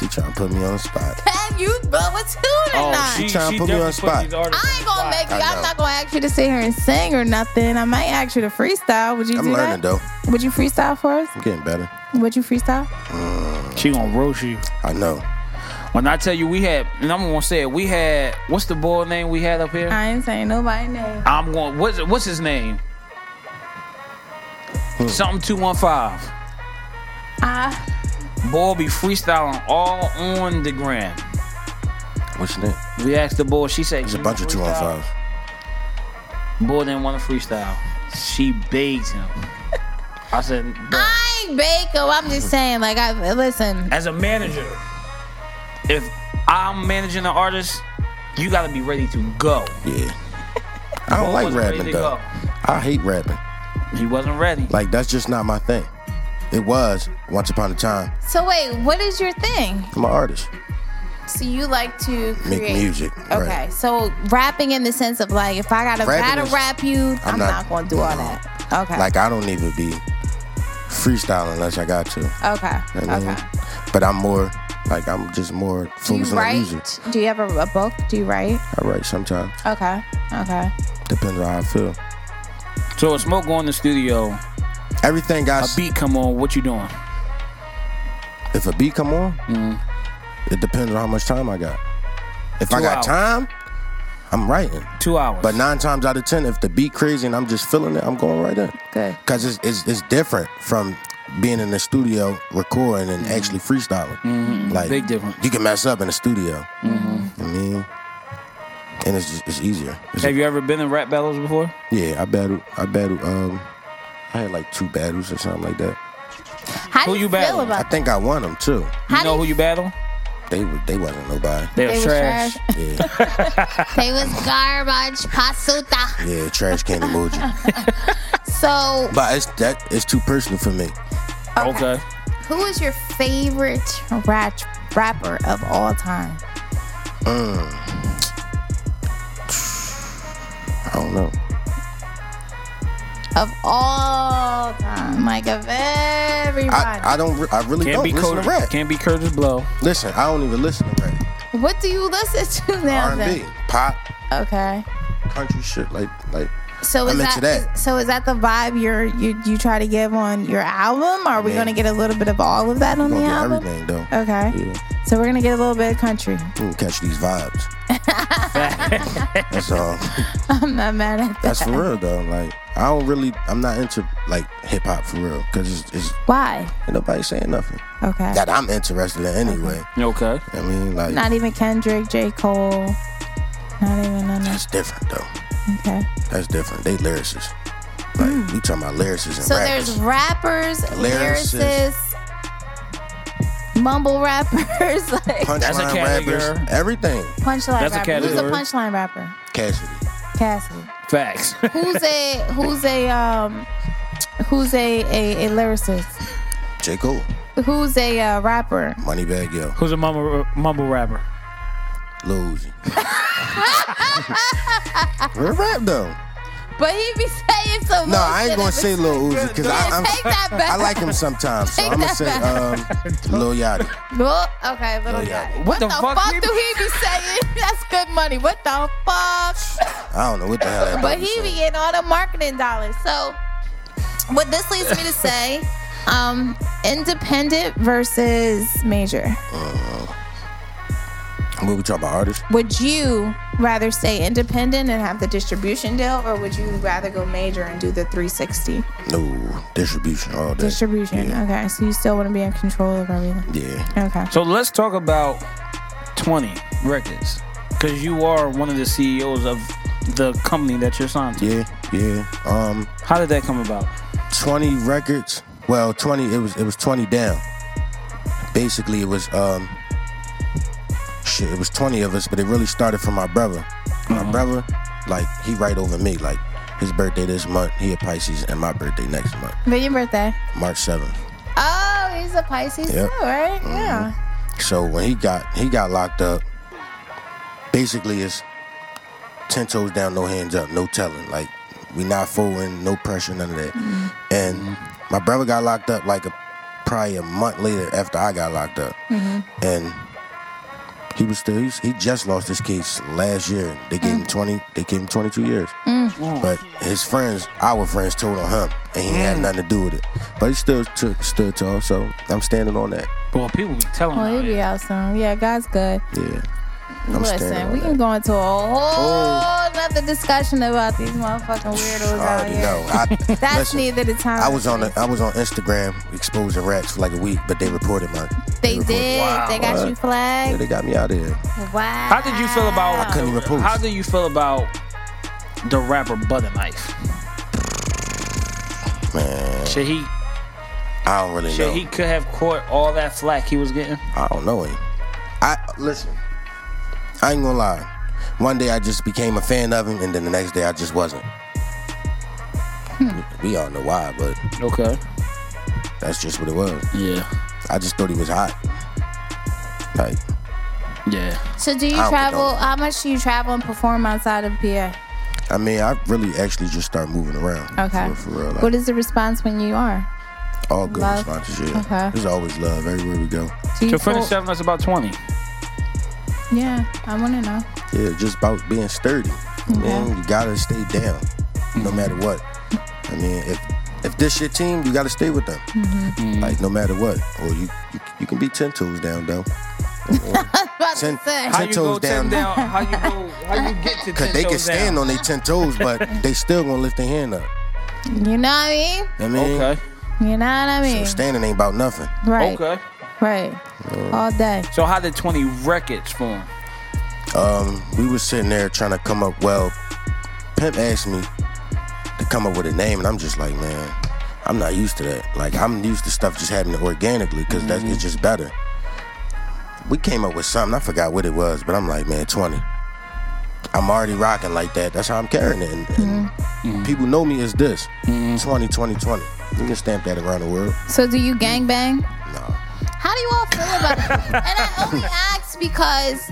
[SPEAKER 2] She trying to put me on the spot.
[SPEAKER 4] Can you blow a tune or not?
[SPEAKER 2] she trying to put me on
[SPEAKER 3] Oh, definitely
[SPEAKER 2] spot.
[SPEAKER 3] these artists
[SPEAKER 4] I ain't
[SPEAKER 3] on the spot.
[SPEAKER 4] gonna make you.
[SPEAKER 2] I
[SPEAKER 4] I'm
[SPEAKER 2] know.
[SPEAKER 4] not gonna ask you to sit here and sing or nothing. I might ask you to freestyle. Would you
[SPEAKER 2] I'm
[SPEAKER 4] do
[SPEAKER 2] learning
[SPEAKER 4] that?
[SPEAKER 2] though.
[SPEAKER 4] Would you freestyle for us?
[SPEAKER 2] I'm getting better.
[SPEAKER 4] Would you freestyle?
[SPEAKER 3] She gonna roast you.
[SPEAKER 2] I know.
[SPEAKER 3] When I tell you we had, and I'm gonna say it, we had. What's the boy name we had up here?
[SPEAKER 4] I ain't saying nobody name.
[SPEAKER 3] I'm going. What's what's his name? Something two one five.
[SPEAKER 4] I
[SPEAKER 3] Boy be freestyling all on the gram.
[SPEAKER 2] What's your name?
[SPEAKER 3] We asked the boy. She said
[SPEAKER 2] There's a
[SPEAKER 3] "You
[SPEAKER 2] bunch of two on
[SPEAKER 3] freestyle?"
[SPEAKER 2] fives.
[SPEAKER 3] Boy didn't want to freestyle. She begged him. I said, "Bro,
[SPEAKER 4] I ain't Baco. I'm just saying. Like I listen.
[SPEAKER 3] as a manager, if I'm managing an artist, you gotta be ready to go.
[SPEAKER 2] Yeah. I don't
[SPEAKER 3] Boy
[SPEAKER 2] like
[SPEAKER 3] wasn't
[SPEAKER 2] rapping
[SPEAKER 3] ready to
[SPEAKER 2] though. I hate rapping.
[SPEAKER 3] go. He wasn't ready.
[SPEAKER 2] Like that's just not my thing. It was once upon a time.
[SPEAKER 4] So wait, what is your thing?
[SPEAKER 2] I'm an artist.
[SPEAKER 4] So you like to
[SPEAKER 2] Make
[SPEAKER 4] create
[SPEAKER 2] music.
[SPEAKER 4] Okay,
[SPEAKER 2] Right.
[SPEAKER 4] so rapping in the sense of like, if I gotta
[SPEAKER 2] Rapping
[SPEAKER 4] battle
[SPEAKER 2] is-
[SPEAKER 4] rap you, I'm, not,
[SPEAKER 2] not-
[SPEAKER 4] gonna do all that. Okay.
[SPEAKER 2] Like I don't even be freestyling unless I got to.
[SPEAKER 4] okay.
[SPEAKER 2] You know what I mean?
[SPEAKER 4] Okay.
[SPEAKER 2] But I'm more like I'm just more
[SPEAKER 4] Do you
[SPEAKER 2] focused on the music.
[SPEAKER 4] write? Do you have a, a book? Do you write?
[SPEAKER 2] I write sometimes.
[SPEAKER 4] Okay. Okay.
[SPEAKER 2] Depends on how I feel.
[SPEAKER 3] So if Smoke go in the studio,
[SPEAKER 2] Everything I
[SPEAKER 3] a
[SPEAKER 2] s-
[SPEAKER 3] beat come on, what you doing?
[SPEAKER 2] if a beat come on, it depends on how much time I got. If
[SPEAKER 3] Mm-hmm.
[SPEAKER 2] I
[SPEAKER 3] Two
[SPEAKER 2] got
[SPEAKER 3] hours.
[SPEAKER 2] time, I'm writing.
[SPEAKER 3] Two hours.
[SPEAKER 2] But nine times out of ten, if the beat crazy and I'm just feeling it, I'm going right in.
[SPEAKER 4] Good.
[SPEAKER 2] Cause it's it's, it's different from being in the studio recording and
[SPEAKER 3] Mm-hmm.
[SPEAKER 2] actually freestyling. Like
[SPEAKER 3] Big difference.
[SPEAKER 2] You can mess up in the studio.
[SPEAKER 3] Mm-hmm.
[SPEAKER 2] I mean, and it's just, it's easier. It's-
[SPEAKER 3] Have you ever been in rap battles before?
[SPEAKER 2] yeah, I battled. I battled. Um, I had like two battles or something like that.
[SPEAKER 4] How
[SPEAKER 3] Who
[SPEAKER 4] do you,
[SPEAKER 3] you
[SPEAKER 4] feel
[SPEAKER 3] battling?
[SPEAKER 2] I
[SPEAKER 4] about?
[SPEAKER 2] think I won them too.
[SPEAKER 4] How
[SPEAKER 3] you know
[SPEAKER 4] do
[SPEAKER 3] who
[SPEAKER 4] you,
[SPEAKER 3] you battle?
[SPEAKER 2] They wa- they wasn't nobody.
[SPEAKER 3] They,
[SPEAKER 4] They
[SPEAKER 3] was
[SPEAKER 4] was
[SPEAKER 3] trash.
[SPEAKER 4] trash.
[SPEAKER 2] Yeah,
[SPEAKER 4] They was garbage, pasuta.
[SPEAKER 2] yeah, trash can emoji.
[SPEAKER 4] So,
[SPEAKER 2] But it's that it's too personal for me.
[SPEAKER 3] Okay.
[SPEAKER 4] who is your favorite rap, rapper of all time?
[SPEAKER 2] I don't know.
[SPEAKER 4] Of all time, like of everybody.
[SPEAKER 2] I, I don't. re- I really
[SPEAKER 3] Can't
[SPEAKER 2] don't
[SPEAKER 3] be
[SPEAKER 2] listen
[SPEAKER 3] Curtis.
[SPEAKER 2] to rap.
[SPEAKER 3] Can't be Curtis Blow.
[SPEAKER 2] Listen, I don't even listen to rap.
[SPEAKER 4] what do you listen to now?
[SPEAKER 2] R
[SPEAKER 4] then?
[SPEAKER 2] and B, pop,
[SPEAKER 4] Okay.
[SPEAKER 2] country shit, like like.
[SPEAKER 4] So
[SPEAKER 2] I'm
[SPEAKER 4] is
[SPEAKER 2] into
[SPEAKER 4] that,
[SPEAKER 2] that.
[SPEAKER 4] so is that the vibe you're you you try to give on your album? Are we
[SPEAKER 2] Yeah.
[SPEAKER 4] gonna get a little bit of all of that on the
[SPEAKER 2] I'm gonna get
[SPEAKER 4] album?
[SPEAKER 2] everything though.
[SPEAKER 4] Okay.
[SPEAKER 2] Yeah,
[SPEAKER 4] So we're gonna get a little bit of country.
[SPEAKER 2] I'm gonna catch these vibes. That's all.
[SPEAKER 4] I'm not mad at that.
[SPEAKER 2] That's for real though. Like I don't really. I'm not into like hip hop for real because it's, it's
[SPEAKER 4] Why?
[SPEAKER 2] ain't nobody saying nothing
[SPEAKER 4] Okay.
[SPEAKER 2] that I'm interested in anyway.
[SPEAKER 3] Okay.
[SPEAKER 2] I mean, like
[SPEAKER 4] Not e- even Kendrick, J. Cole. Not even none of
[SPEAKER 2] that's different though.
[SPEAKER 4] Okay.
[SPEAKER 2] That's different. They lyricists. Like we talking about lyricists and
[SPEAKER 4] Mm. So
[SPEAKER 2] rappers.
[SPEAKER 4] there's rappers,
[SPEAKER 2] Lyricists.
[SPEAKER 4] lyricists, mumble rappers, like
[SPEAKER 3] That's a
[SPEAKER 2] punchline
[SPEAKER 3] category.
[SPEAKER 2] rappers, everything.
[SPEAKER 4] punchline
[SPEAKER 3] That's a
[SPEAKER 4] rapper. Who's a
[SPEAKER 3] category.
[SPEAKER 4] punchline rapper?
[SPEAKER 2] Cassidy.
[SPEAKER 4] Cassidy.
[SPEAKER 3] Facts.
[SPEAKER 4] Who's a who's a um who's a a, a lyricist?
[SPEAKER 2] J. Cole,
[SPEAKER 4] Who's a uh, rapper?
[SPEAKER 2] Moneybag Yo,
[SPEAKER 3] Who's a mumble mumble rapper?
[SPEAKER 2] Lil Uzi. Real rap though.
[SPEAKER 4] But he be saying some.
[SPEAKER 2] No, I
[SPEAKER 4] bullshit
[SPEAKER 2] ain't gonna
[SPEAKER 4] in
[SPEAKER 2] say
[SPEAKER 4] the-
[SPEAKER 2] Lil Uzi because
[SPEAKER 4] Yeah,
[SPEAKER 2] I'm
[SPEAKER 4] take that back.
[SPEAKER 2] I like him sometimes. So
[SPEAKER 4] Take
[SPEAKER 2] I'm gonna
[SPEAKER 4] that
[SPEAKER 2] say
[SPEAKER 4] back.
[SPEAKER 2] um, Lil Yachty.
[SPEAKER 4] Well, Oh, okay, little
[SPEAKER 2] Oh, yeah.
[SPEAKER 4] guy.
[SPEAKER 2] What
[SPEAKER 4] What
[SPEAKER 3] the
[SPEAKER 4] the
[SPEAKER 3] fuck
[SPEAKER 4] fuck
[SPEAKER 3] he-
[SPEAKER 4] do he be saying? That's good money. What the fuck?
[SPEAKER 2] I don't know what the hell. That
[SPEAKER 4] But
[SPEAKER 2] boy
[SPEAKER 4] he
[SPEAKER 2] saying.
[SPEAKER 4] be getting all the marketing dollars. So, what this leads me to say, um, independent versus major.
[SPEAKER 2] What we talking about artists?
[SPEAKER 4] Would you rather stay independent and have the distribution deal, or would you rather go major and do the 360
[SPEAKER 2] No distribution all day.
[SPEAKER 4] distribution?
[SPEAKER 2] Yeah.
[SPEAKER 4] Okay, so you still want to be in control of everything.
[SPEAKER 2] yeah.
[SPEAKER 4] Okay.
[SPEAKER 3] So let's talk about 20 records. Because you are one of the CEOs of the company that you're signed to.
[SPEAKER 2] Yeah. Yeah. Um,
[SPEAKER 3] How did that come about?
[SPEAKER 2] twenty records. Well, twenty. It was it was twenty down. Basically, it was um, shit. It was twenty of us, but it really started from my brother.
[SPEAKER 4] Mm-hmm.
[SPEAKER 2] My brother, like he right over me. Like his birthday this month. He a Pisces, and my birthday next month,
[SPEAKER 4] But your birthday?
[SPEAKER 2] March seventh.
[SPEAKER 4] Oh, he's a Pisces
[SPEAKER 2] Yep. Mm-hmm.
[SPEAKER 4] too, right? Yeah.
[SPEAKER 2] So when he got he got locked up, basically it's ten toes down, no hands up, no telling. Like we not fooling, no pressure, none of that. And my brother got locked up like a probably a month later after I got locked up, and he was still he, was- he just lost his case last year. They gave him twenty, they gave him twenty two years. But his friends, our friends, told on him, and he had nothing to do with it. But he still took stood tall, so I'm standing on that.
[SPEAKER 3] Well, people be telling
[SPEAKER 4] Well,
[SPEAKER 3] me.
[SPEAKER 4] he'll be out soon. Oh, Yeah, God's good.
[SPEAKER 2] Yeah. I'm standing
[SPEAKER 4] Listen,
[SPEAKER 2] on
[SPEAKER 4] we can
[SPEAKER 2] that. Oh.
[SPEAKER 4] go into a whole nother discussion about these motherfucking weirdos
[SPEAKER 2] I
[SPEAKER 4] out
[SPEAKER 2] already
[SPEAKER 4] here.
[SPEAKER 2] know. I,
[SPEAKER 4] That's
[SPEAKER 2] listen,
[SPEAKER 4] neither the time.
[SPEAKER 2] I was on a, I was on Instagram exposing rats for like a week, but they reported my.
[SPEAKER 4] They
[SPEAKER 2] reported-
[SPEAKER 4] did.
[SPEAKER 3] Wow.
[SPEAKER 4] They got
[SPEAKER 2] What?
[SPEAKER 4] you
[SPEAKER 2] Yeah,
[SPEAKER 4] flagged.
[SPEAKER 2] they got me out of here.
[SPEAKER 4] Wow.
[SPEAKER 3] How did you feel about?
[SPEAKER 2] couldn't even post.
[SPEAKER 3] How do you feel about the rapper Butter Knife?
[SPEAKER 2] Man,
[SPEAKER 3] Should he?
[SPEAKER 2] I don't really
[SPEAKER 3] Should
[SPEAKER 2] know.
[SPEAKER 3] he could have caught all that flack he was getting?
[SPEAKER 2] I don't know him. I listen. I ain't gonna lie. One day I just became a fan of him, and then the next day I just wasn't.
[SPEAKER 4] Hmm.
[SPEAKER 2] We all know why, but
[SPEAKER 3] Okay.
[SPEAKER 2] that's just what it was.
[SPEAKER 3] Yeah.
[SPEAKER 2] I just thought he was hot. Like
[SPEAKER 3] Yeah.
[SPEAKER 4] So do you
[SPEAKER 2] I don't
[SPEAKER 4] travel?
[SPEAKER 2] know.
[SPEAKER 4] How much do you travel and perform outside of PA?
[SPEAKER 2] I mean, I really actually just started moving around.
[SPEAKER 4] Okay.
[SPEAKER 2] For, for real. Like,
[SPEAKER 4] What is the response when you are?
[SPEAKER 2] all good
[SPEAKER 4] love?
[SPEAKER 2] responses, yeah.
[SPEAKER 4] Okay.
[SPEAKER 2] There's always love everywhere we go.
[SPEAKER 4] Do you
[SPEAKER 3] To finish
[SPEAKER 4] tour-
[SPEAKER 3] telling us about 20.
[SPEAKER 4] Yeah, I want to know.
[SPEAKER 2] Yeah, just about being sturdy. Man, you gotta stay down, no matter what. I mean, if if this your team, you gotta stay with them.
[SPEAKER 4] Mm-hmm.
[SPEAKER 2] Like no matter what, or you you, you can be ten toes down though. Or
[SPEAKER 4] About
[SPEAKER 2] ten,
[SPEAKER 4] to say.
[SPEAKER 3] How
[SPEAKER 2] ten
[SPEAKER 3] you go
[SPEAKER 2] toes
[SPEAKER 3] ten
[SPEAKER 2] down.
[SPEAKER 3] down? How you go? How you get to
[SPEAKER 2] Cause
[SPEAKER 3] ten
[SPEAKER 2] they can
[SPEAKER 3] toes
[SPEAKER 2] stand
[SPEAKER 3] down?
[SPEAKER 2] on their ten toes, but they still gonna lift their hand up.
[SPEAKER 4] You know what I
[SPEAKER 2] I mean,
[SPEAKER 3] Okay.
[SPEAKER 4] mean? You know what I mean?
[SPEAKER 2] so standing ain't about nothing.
[SPEAKER 4] right.
[SPEAKER 3] Okay.
[SPEAKER 4] Right. All day.
[SPEAKER 3] So how did 20 records form?
[SPEAKER 2] Um, we was sitting there trying to come up. Well, Pimp asked me to come up with a name, and I'm just like, man, I'm not used to that. Like, I'm used to stuff just happening organically because that is just better. we came up with something. I forgot what it was, but I'm like, man, 20. I'm already rocking like that. That's how I'm carrying it. And, and people know me as this 20, 20, 20. You can stamp that around the world.
[SPEAKER 4] So do you gang bang?
[SPEAKER 2] No.
[SPEAKER 4] How do you all feel about it? And I only ask because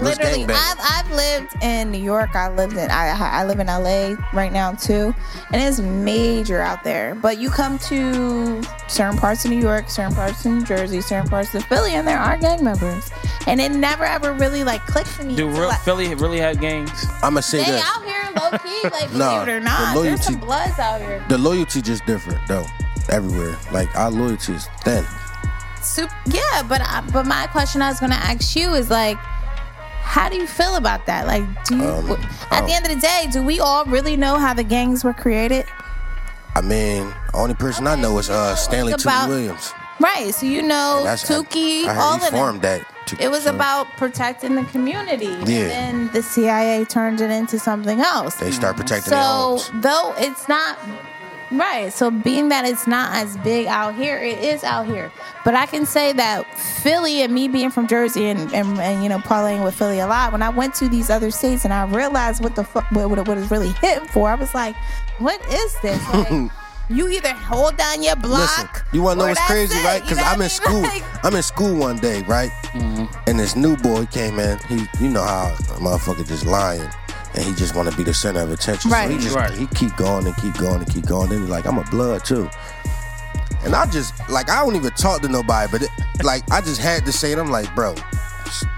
[SPEAKER 2] Let's
[SPEAKER 4] literally,
[SPEAKER 2] gangbang.
[SPEAKER 4] I've, I've lived in New York. I lived in I, I live in LA right now too, and it's major out there. But you come to certain parts of New York, certain parts in New Jersey, certain parts of Philly, and there are gang members, and it never ever really like clicked for me.
[SPEAKER 3] Do
[SPEAKER 4] until
[SPEAKER 3] real,
[SPEAKER 4] I-
[SPEAKER 3] Philly really have gangs?
[SPEAKER 2] I'm going to say
[SPEAKER 4] they
[SPEAKER 2] this.
[SPEAKER 4] out here low key, like
[SPEAKER 2] Nah,
[SPEAKER 4] believe it or
[SPEAKER 2] the
[SPEAKER 4] not, there's some
[SPEAKER 2] loyalty-
[SPEAKER 4] bloods out here.
[SPEAKER 2] The loyalty just different, though, everywhere. Like, our loyalty is thin.
[SPEAKER 4] Sup- yeah, but I, but my question I was gonna ask you is like, how do you feel about that? Like, do you,
[SPEAKER 2] Um,
[SPEAKER 4] at
[SPEAKER 2] oh.
[SPEAKER 4] the end of the day, do we all really know how the gangs were created?
[SPEAKER 2] I mean, only person I know is uh, Stanley
[SPEAKER 4] It's
[SPEAKER 2] T.
[SPEAKER 4] about-
[SPEAKER 2] Williams.
[SPEAKER 4] Right. So you know,
[SPEAKER 2] That's I-
[SPEAKER 4] Tuki,
[SPEAKER 2] I heard
[SPEAKER 4] all
[SPEAKER 2] he
[SPEAKER 4] of them.
[SPEAKER 2] formed that. too,
[SPEAKER 4] It was
[SPEAKER 2] so
[SPEAKER 4] about protecting the community,
[SPEAKER 2] Yeah.
[SPEAKER 4] and then the CIA turned it into something else.
[SPEAKER 2] They start protecting their
[SPEAKER 4] So
[SPEAKER 2] homes.
[SPEAKER 4] though it's not right, so being that it's not as big out here, it is out here. But I can say that Philly and me being from Jersey and, and, and you know parlaying with Philly a lot. When I went to these other states and I realized what the fuck what what, what it's really hitting for, I was like, what is this? Like, you either hold down your block.
[SPEAKER 2] Listen, you want to know
[SPEAKER 4] or
[SPEAKER 2] what's
[SPEAKER 4] that's
[SPEAKER 2] crazy,
[SPEAKER 4] it.
[SPEAKER 2] right?
[SPEAKER 4] You
[SPEAKER 2] Because
[SPEAKER 4] know
[SPEAKER 2] I'm in
[SPEAKER 4] what I
[SPEAKER 2] school.
[SPEAKER 4] mean? Like,
[SPEAKER 2] I'm in school one day, right?
[SPEAKER 4] Mm-hmm.
[SPEAKER 2] And this new boy came in. He, you know how a motherfucker just lying, and he just want to be the center of attention.
[SPEAKER 4] Right.
[SPEAKER 2] So he just
[SPEAKER 3] Right.
[SPEAKER 2] he keep going and keep going and keep going. Then he's like, I'm a blood too. And I just like I don't even talk to nobody, but it, like I just had to say it. I'm like, bro,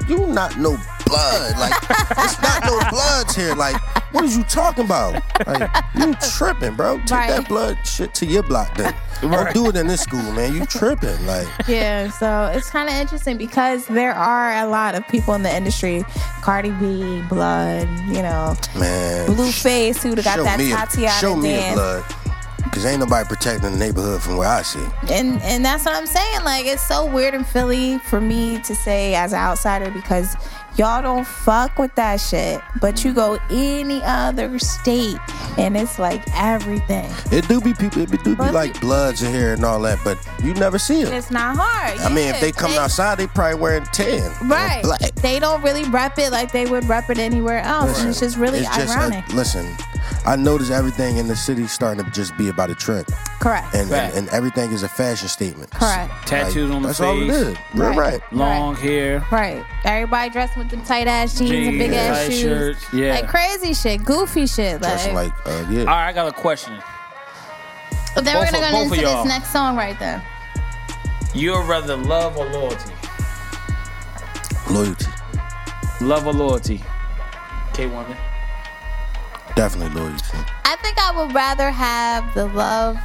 [SPEAKER 2] you not no blood. Like it's not no bloods here. Like what is you talking about? Like you tripping, bro. Take
[SPEAKER 4] Right.
[SPEAKER 2] that blood shit to your block then. Don't do it in this school, man. You tripping? Like
[SPEAKER 4] Yeah, so it's kind of interesting because there are a lot of people in the industry, Cardi B, Blood, you know,
[SPEAKER 2] man.
[SPEAKER 4] Blueface, who got
[SPEAKER 2] show
[SPEAKER 4] that
[SPEAKER 2] me, a-
[SPEAKER 4] Tatiana
[SPEAKER 2] show me the
[SPEAKER 4] dance,
[SPEAKER 2] blood. Cause ain't nobody protecting the neighborhood from where I see.
[SPEAKER 4] and and that's what I'm saying. Like it's so weird in Philly for me to say as an outsider because y'all don't fuck with that shit, but you go any other state and it's like everything.
[SPEAKER 2] It do be people. It be, do be
[SPEAKER 4] But-
[SPEAKER 2] like bloods in here and all that, but you never see them.
[SPEAKER 4] It's not hard.
[SPEAKER 2] I mean,
[SPEAKER 4] Yeah,
[SPEAKER 2] if they come
[SPEAKER 4] and-
[SPEAKER 2] outside, they probably wearing tan, or
[SPEAKER 4] Right.
[SPEAKER 2] Black.
[SPEAKER 4] They don't really rep it like they would rep it anywhere else. and It's just really
[SPEAKER 2] It's just, uh,
[SPEAKER 4] ironic.
[SPEAKER 2] listen, I notice everything in the city starting to just be about a trend,
[SPEAKER 4] Correct.
[SPEAKER 2] and
[SPEAKER 3] Fact.
[SPEAKER 2] and, and everything is a fashion statement.
[SPEAKER 4] Correct.
[SPEAKER 3] Tattoos on the
[SPEAKER 2] that's
[SPEAKER 3] face.
[SPEAKER 2] all it is. You're
[SPEAKER 4] Right.
[SPEAKER 2] Right.
[SPEAKER 3] Long hair.
[SPEAKER 4] Right. Everybody dressing with them tight ass jeans, and
[SPEAKER 3] Jeans,
[SPEAKER 4] big ass
[SPEAKER 3] tight
[SPEAKER 4] shoes.
[SPEAKER 3] shirts, yeah.
[SPEAKER 4] Like crazy shit, goofy shit.
[SPEAKER 2] Just
[SPEAKER 4] Like,
[SPEAKER 2] like uh, yeah.
[SPEAKER 3] All right, I got a question.
[SPEAKER 4] But then we're
[SPEAKER 3] both
[SPEAKER 4] gonna
[SPEAKER 3] of-
[SPEAKER 4] go
[SPEAKER 3] both of
[SPEAKER 4] into
[SPEAKER 3] y'all.
[SPEAKER 4] this next song right there.
[SPEAKER 3] You'd rather love or loyalty?
[SPEAKER 2] Loyalty,
[SPEAKER 3] Love or loyalty? K Woman.
[SPEAKER 2] definitely loyalty.
[SPEAKER 4] I think I would rather have the love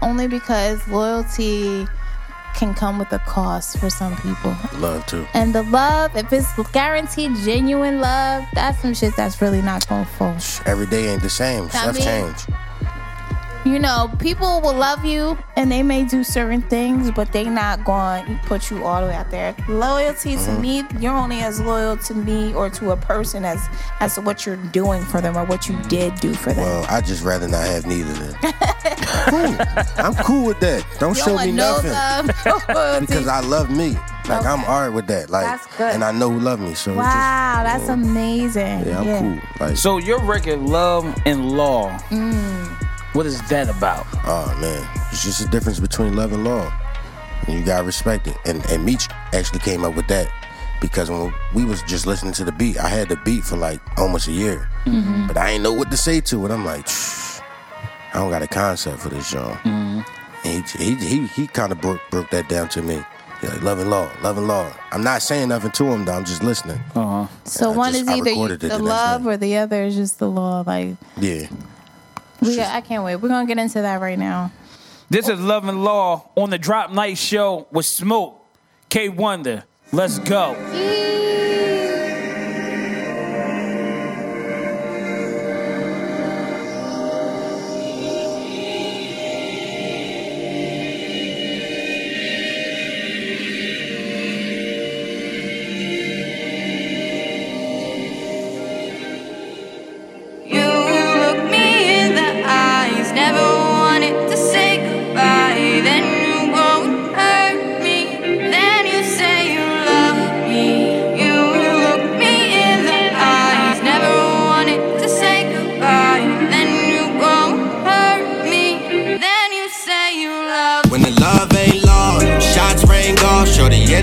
[SPEAKER 4] only because loyalty can come with a cost for some people.
[SPEAKER 2] Love too.
[SPEAKER 4] And the love, if it's guaranteed genuine love, that's some shit that's really not gonna fall.
[SPEAKER 2] Every day ain't the same. Stuff
[SPEAKER 4] mean-
[SPEAKER 2] change.
[SPEAKER 4] you know, people will love you and they may do certain things, but they not going to put you all the way out there. Loyalty
[SPEAKER 3] Mm-hmm.
[SPEAKER 4] to me, you're only as loyal to me or to a person as as to what you're doing for them or what you did do for them.
[SPEAKER 2] Well, I just rather not have neither. Then. cool. I'm cool with that. Don't
[SPEAKER 4] you
[SPEAKER 2] show
[SPEAKER 4] don't
[SPEAKER 2] me
[SPEAKER 4] want no
[SPEAKER 2] nothing.
[SPEAKER 4] love, no loyalty.
[SPEAKER 2] because I love me. Like I'm
[SPEAKER 4] Okay.
[SPEAKER 2] hard with that. Like
[SPEAKER 4] That's good.
[SPEAKER 2] and I know who love me. So
[SPEAKER 4] wow, that's amazing.
[SPEAKER 2] just, yeah, I'm cool. Like
[SPEAKER 3] So your record, Love and Law.
[SPEAKER 4] Mm.
[SPEAKER 3] What is that about?
[SPEAKER 2] oh man, it's just a difference between love and law. And you gotta respect it. And and Meech actually came up with that because when we was just listening to the beat, I had the beat for like almost a year, but I ain't know what to say to it. I'm like, I don't got a concept for this song. And he he he, he kind of broke broke that down to me. He's like love and law, love and law. I'm not saying nothing to him though. I'm just listening.
[SPEAKER 4] So
[SPEAKER 2] I
[SPEAKER 4] one
[SPEAKER 2] just-
[SPEAKER 4] is either
[SPEAKER 2] I
[SPEAKER 4] you,
[SPEAKER 2] recorded
[SPEAKER 4] the
[SPEAKER 2] it the next
[SPEAKER 4] love
[SPEAKER 2] day.
[SPEAKER 4] or the other is just the law. Like
[SPEAKER 2] Yeah.
[SPEAKER 4] we, I can't wait. We're gonna get into that right now.
[SPEAKER 3] This is Love and Law on the Drop Night Show with Smoke, K Wonder. Let's go.
[SPEAKER 8] You look me in the eyes, never wanted to say goodbye. Then you go and hurt me. Then you say you love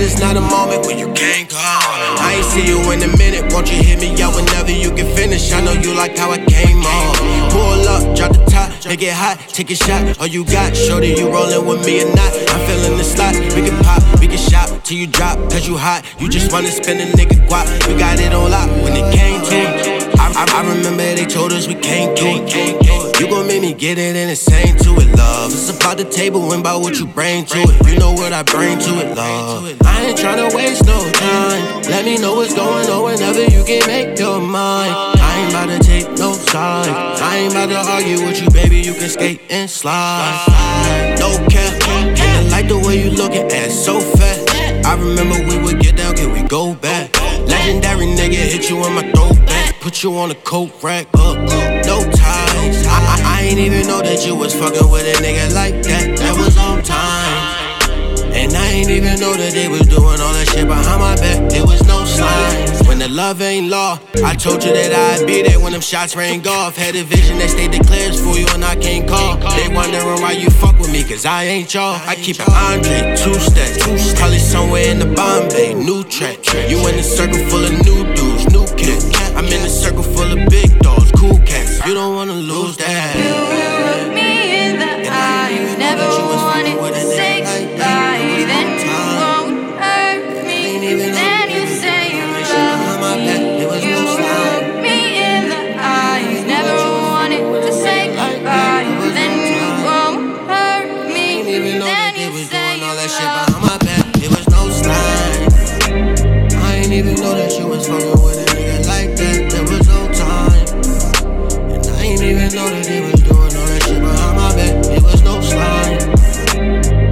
[SPEAKER 2] it's not a moment when you can't call. I ain't see you in a minute, won't you hear me out whenever you can finish? I know you like how I came on. Pull up, drop the top, make it hot, take a shot. All you got, show that you rolling with me or not. I'm feeling the slots, we can pop, we can shop till you drop, cause you hot. You just wanna spin a nigga guap, you got it on lock when it came to. it, I, I, I remember they told us we can't do it. You gon' make me get it and insane to it, love. It's about the table and about what you bring to it. You know what I bring to it, love. I ain't tryna waste no time. Let me know what's going on whenever you can make your mind. I ain't about to take no side. I ain't about to argue with you, baby. You can skate and slide. No cap. And I like the way you looking at so fat. I remember we would get down, can we go back? Legendary nigga hit you in my throwback. Put you on a coat rack up. No ties. I, I, I ain't even know that you was fucking with a nigga like that. That was on time. And I ain't even know that they was doing all that shit behind my back. There was no signs. When the love ain't law, I told you that I'd be there when them shots rang off. Had a vision that stayed the clearest for you and I can't call. They wondering why you fuck with me, cause I ain't y'all. I keep an Andre, two stacks, probably somewhere in the Bombay, new track. You in a circle full of new dudes, new kids. I'm in a circle full of big dogs, cool cats. You don't wanna lose that.
[SPEAKER 8] Look me in the eyes, never wanted to say goodbye. Then you won't hurt me. Then you say you love me. You look me in the eyes, never wanted to say goodbye. Then you won't hurt me. Then you say you love
[SPEAKER 2] on my back, it was no slime. I ain't even know that you was fucking with a nigga like that. There was no time. And I ain't even know that he was doing all that shit behind my back. It was no slime.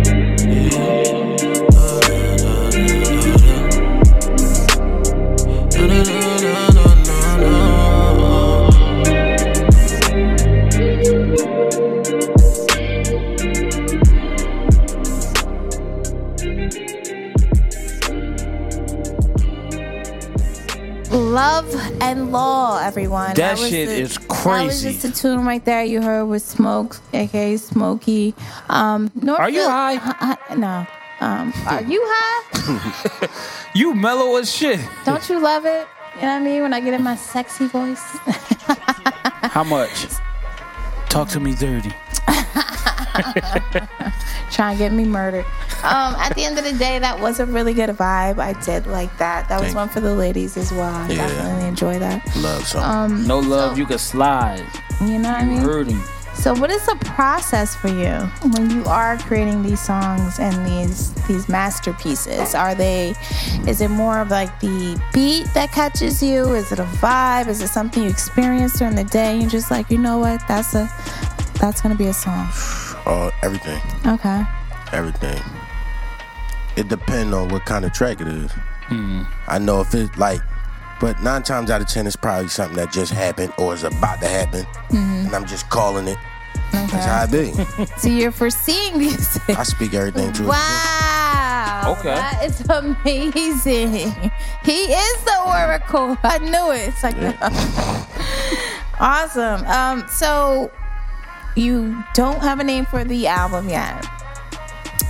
[SPEAKER 4] Love and Law, everyone.
[SPEAKER 3] That
[SPEAKER 4] was
[SPEAKER 3] shit is
[SPEAKER 4] That was
[SPEAKER 3] crazy.
[SPEAKER 4] just a tune right there you heard with Smoke, aka Smokey. Um, North
[SPEAKER 3] Are you
[SPEAKER 4] Phil-
[SPEAKER 3] high?
[SPEAKER 4] Uh, uh, no. Um, are you high?
[SPEAKER 3] You mellow as shit.
[SPEAKER 4] Don't you love it? You know what I mean? When I get in my sexy voice.
[SPEAKER 3] How much? Talk to me dirty.
[SPEAKER 4] trying to get me murdered. Um, at the end of the day, that was a really good vibe. I did like that. That was
[SPEAKER 9] Thank
[SPEAKER 4] one for the ladies as well. I
[SPEAKER 9] Yeah.
[SPEAKER 4] definitely enjoy that.
[SPEAKER 9] Love something.
[SPEAKER 8] Um,
[SPEAKER 3] No love, you can slide.
[SPEAKER 4] You know what I
[SPEAKER 3] You
[SPEAKER 4] mean?
[SPEAKER 3] hurting.
[SPEAKER 4] So, what is the process for you when you are creating these songs and these these masterpieces? Are they? Is it more of like the beat that catches you? Is it a vibe? Is it something you experience during the day? And you're just like, you know what? That's a that's gonna be a song.
[SPEAKER 9] Uh, everything.
[SPEAKER 4] Okay.
[SPEAKER 9] everything. It depends on what kind of track it is. I know if it's like, but nine times out of ten, it's probably something that just happened or is about to happen,
[SPEAKER 8] Mm-hmm.
[SPEAKER 9] and I'm just calling it. That's how I be.
[SPEAKER 4] So you're foreseeing these things.
[SPEAKER 9] I speak everything to
[SPEAKER 4] Wow.
[SPEAKER 3] Okay.
[SPEAKER 4] That is amazing. He is the oracle. I knew it. It's like awesome. Um, so you don't have a name for the album yet.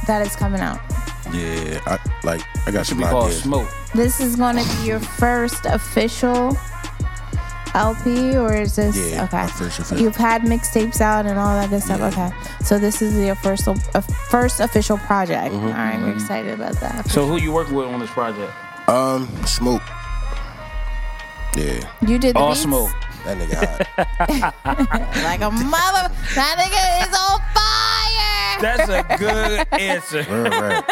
[SPEAKER 4] That is coming out.
[SPEAKER 9] Yeah, I like. I got
[SPEAKER 3] Should
[SPEAKER 9] some
[SPEAKER 3] be called
[SPEAKER 9] ideas.
[SPEAKER 3] smoke.
[SPEAKER 4] This is gonna be your first official LP or is this
[SPEAKER 9] Yeah,
[SPEAKER 4] okay.
[SPEAKER 9] my first official.
[SPEAKER 4] You've had mixtapes out and all that good stuff. Okay. So this is your first uh, first official project.
[SPEAKER 9] Mm-hmm.
[SPEAKER 4] All right, we're excited about that.
[SPEAKER 3] So who you working with on this project?
[SPEAKER 9] Um, smoke. Yeah,
[SPEAKER 4] You did the
[SPEAKER 3] All
[SPEAKER 4] beats?
[SPEAKER 3] smoke.
[SPEAKER 9] that nigga hot.
[SPEAKER 4] like a mother. That nigga is on fire.
[SPEAKER 3] That's a good answer.
[SPEAKER 9] Real rap.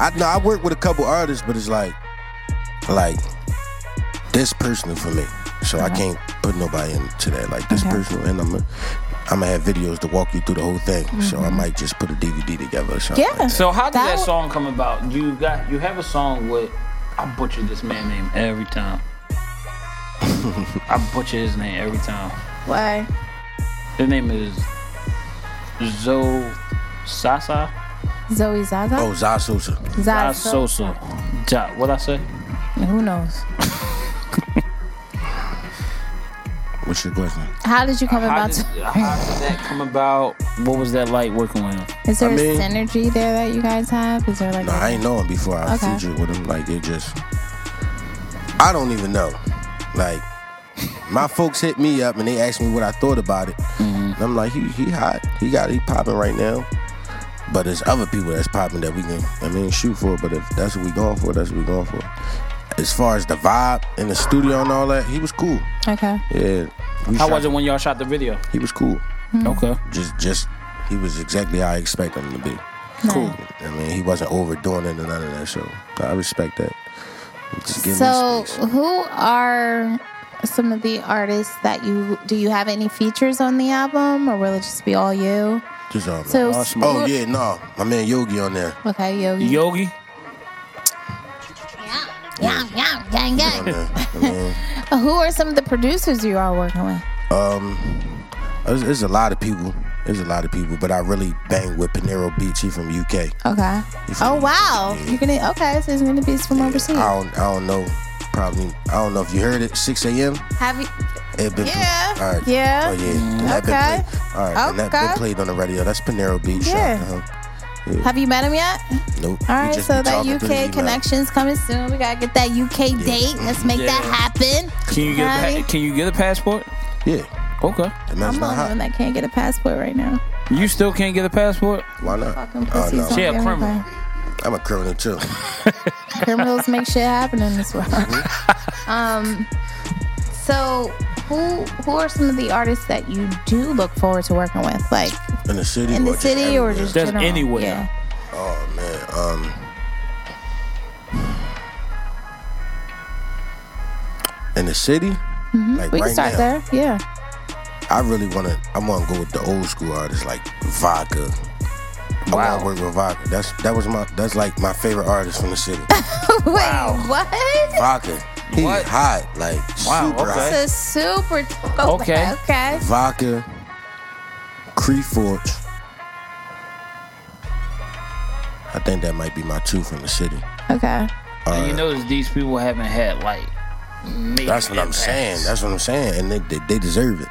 [SPEAKER 9] I know. I work with a couple artists, but it's like, like, this personal for me. So I can't put nobody into that. Like this
[SPEAKER 4] Uh-huh. Okay.
[SPEAKER 9] personal, and I'm, a, I'm gonna have videos to walk you through the whole thing. So I might just put a DVD together or something. like
[SPEAKER 4] Mm-hmm. Yeah.
[SPEAKER 9] that.
[SPEAKER 3] So how did
[SPEAKER 4] That
[SPEAKER 3] that,
[SPEAKER 4] w-
[SPEAKER 3] song come about? You got you have a song with I butcher this man name every time. I butcher his name every time.
[SPEAKER 4] Why?
[SPEAKER 3] His name is Zo Sasa
[SPEAKER 4] Zoe Zaza?
[SPEAKER 9] Oh, Zasusa.
[SPEAKER 4] Zaza.
[SPEAKER 3] Sosa. Ja, what I say?
[SPEAKER 4] Who knows?
[SPEAKER 2] What's your question?
[SPEAKER 4] How did you come
[SPEAKER 3] How
[SPEAKER 4] about?
[SPEAKER 3] did,
[SPEAKER 4] to-
[SPEAKER 3] how did that come about? What was that like working with him?
[SPEAKER 4] is there
[SPEAKER 2] I mean-
[SPEAKER 4] a synergy there that you guys have? Is there like?
[SPEAKER 2] No, I ain't know him before I
[SPEAKER 4] Okay.
[SPEAKER 2] featured with him. Like it just, I don't even know. Like my folks hit me up and they asked me what I thought about it. And I'm like, he he hot. He got he popping right now. But there's other people that's popping that we can. I mean, shoot for. But if that's what we going for, that's what we going for. As far as the vibe in the studio and all that, he was cool.
[SPEAKER 4] a, okay.
[SPEAKER 2] Yeah. we
[SPEAKER 3] How
[SPEAKER 2] shot-
[SPEAKER 3] was it when y'all shot the video?
[SPEAKER 2] He was cool.
[SPEAKER 3] Mm-hmm. Okay.
[SPEAKER 2] Just just he was exactly how I expect him to be.
[SPEAKER 4] Cool.
[SPEAKER 2] I mean, he wasn't overdoing it or none of that. So I respect that. Just give
[SPEAKER 4] So,
[SPEAKER 2] me space.
[SPEAKER 4] who are some of the artists that you do you have any features on the album, or will it just be all you?
[SPEAKER 2] Just all
[SPEAKER 4] So,
[SPEAKER 2] me.
[SPEAKER 4] s-
[SPEAKER 2] oh yeah, no, my man Yogi on there.
[SPEAKER 4] Okay, yo,
[SPEAKER 3] Yogi?
[SPEAKER 4] yeah, yeah, gang,
[SPEAKER 2] On
[SPEAKER 4] gang.
[SPEAKER 2] there. I mean,
[SPEAKER 4] Who are some of the producers you are working with?
[SPEAKER 2] there's, there's a lot of people. There's a lot of people, but I really bang with Panero Beach. He from UK.
[SPEAKER 4] Okay.
[SPEAKER 2] He's
[SPEAKER 4] Oh
[SPEAKER 2] from-
[SPEAKER 4] wow,
[SPEAKER 2] yeah.
[SPEAKER 4] you're gonna okay. So it's gonna be from overseas.
[SPEAKER 2] I don't, I don't know. Probably I don't know if you heard it. 6 a.m.
[SPEAKER 4] Have you?
[SPEAKER 2] It been
[SPEAKER 4] Yeah.
[SPEAKER 2] All right.
[SPEAKER 4] Yeah.
[SPEAKER 2] Oh yeah. Then that been
[SPEAKER 4] Okay.
[SPEAKER 2] played. All right. And that been
[SPEAKER 4] Okay.
[SPEAKER 2] played on the radio. That's Panero Beach.
[SPEAKER 4] Yeah.
[SPEAKER 2] Uh-huh.
[SPEAKER 4] Have you met him yet?
[SPEAKER 2] Nope.
[SPEAKER 4] All
[SPEAKER 2] We
[SPEAKER 4] right,
[SPEAKER 2] just
[SPEAKER 4] so
[SPEAKER 2] be
[SPEAKER 4] that
[SPEAKER 2] talking through the
[SPEAKER 4] UK
[SPEAKER 2] email.
[SPEAKER 4] connection's coming soon. We gotta get that UK date. Let's make that
[SPEAKER 3] Yeah.
[SPEAKER 4] happen.
[SPEAKER 3] Can you get a
[SPEAKER 4] Hi.
[SPEAKER 3] pa- can you get a passport?
[SPEAKER 2] Yeah.
[SPEAKER 3] Okay.
[SPEAKER 2] And
[SPEAKER 4] I'm
[SPEAKER 2] that's
[SPEAKER 4] the
[SPEAKER 2] not
[SPEAKER 4] only
[SPEAKER 2] hot.
[SPEAKER 4] one that can't get a passport right now.
[SPEAKER 3] You still can't get a passport?
[SPEAKER 2] Why not?
[SPEAKER 4] Fucking
[SPEAKER 2] Oh,
[SPEAKER 4] pussies.
[SPEAKER 2] no.
[SPEAKER 4] on
[SPEAKER 3] She a criminal.
[SPEAKER 4] everything.
[SPEAKER 2] I'm a criminal too.
[SPEAKER 4] criminals make shit happen in this world. um,
[SPEAKER 2] Mm-hmm.
[SPEAKER 4] so who who are some of the artists that you do look forward to working with, like
[SPEAKER 2] In the city.
[SPEAKER 4] in the
[SPEAKER 2] or just
[SPEAKER 4] city or
[SPEAKER 2] everywhere?
[SPEAKER 4] just
[SPEAKER 3] Just
[SPEAKER 4] general?
[SPEAKER 3] anywhere.
[SPEAKER 4] Yeah.
[SPEAKER 2] Oh man. Um. In the city. Like
[SPEAKER 4] Mm-hmm. We
[SPEAKER 2] right
[SPEAKER 4] can start
[SPEAKER 2] now,
[SPEAKER 4] there. Yeah.
[SPEAKER 2] I really wanna. I wanna go with the old school artists like Vodka. I
[SPEAKER 3] Wow.
[SPEAKER 2] wanna work with Vodka. That's that was my. That's like my favorite artist from the city.
[SPEAKER 4] Wait, what?
[SPEAKER 2] Vodka. He
[SPEAKER 3] What?
[SPEAKER 2] hot. Like
[SPEAKER 3] Wow,
[SPEAKER 2] super
[SPEAKER 3] okay.
[SPEAKER 2] hot.
[SPEAKER 4] It's a super.
[SPEAKER 3] Okay.
[SPEAKER 4] Okay. Okay.
[SPEAKER 2] Vodka. Cree Forge. I think that might be my two from the city. Uh,
[SPEAKER 4] Okay.
[SPEAKER 3] and you notice these people haven't had like major
[SPEAKER 2] That's what I'm
[SPEAKER 3] impacts.
[SPEAKER 2] saying. That's what I'm saying. And they, they, they deserve it.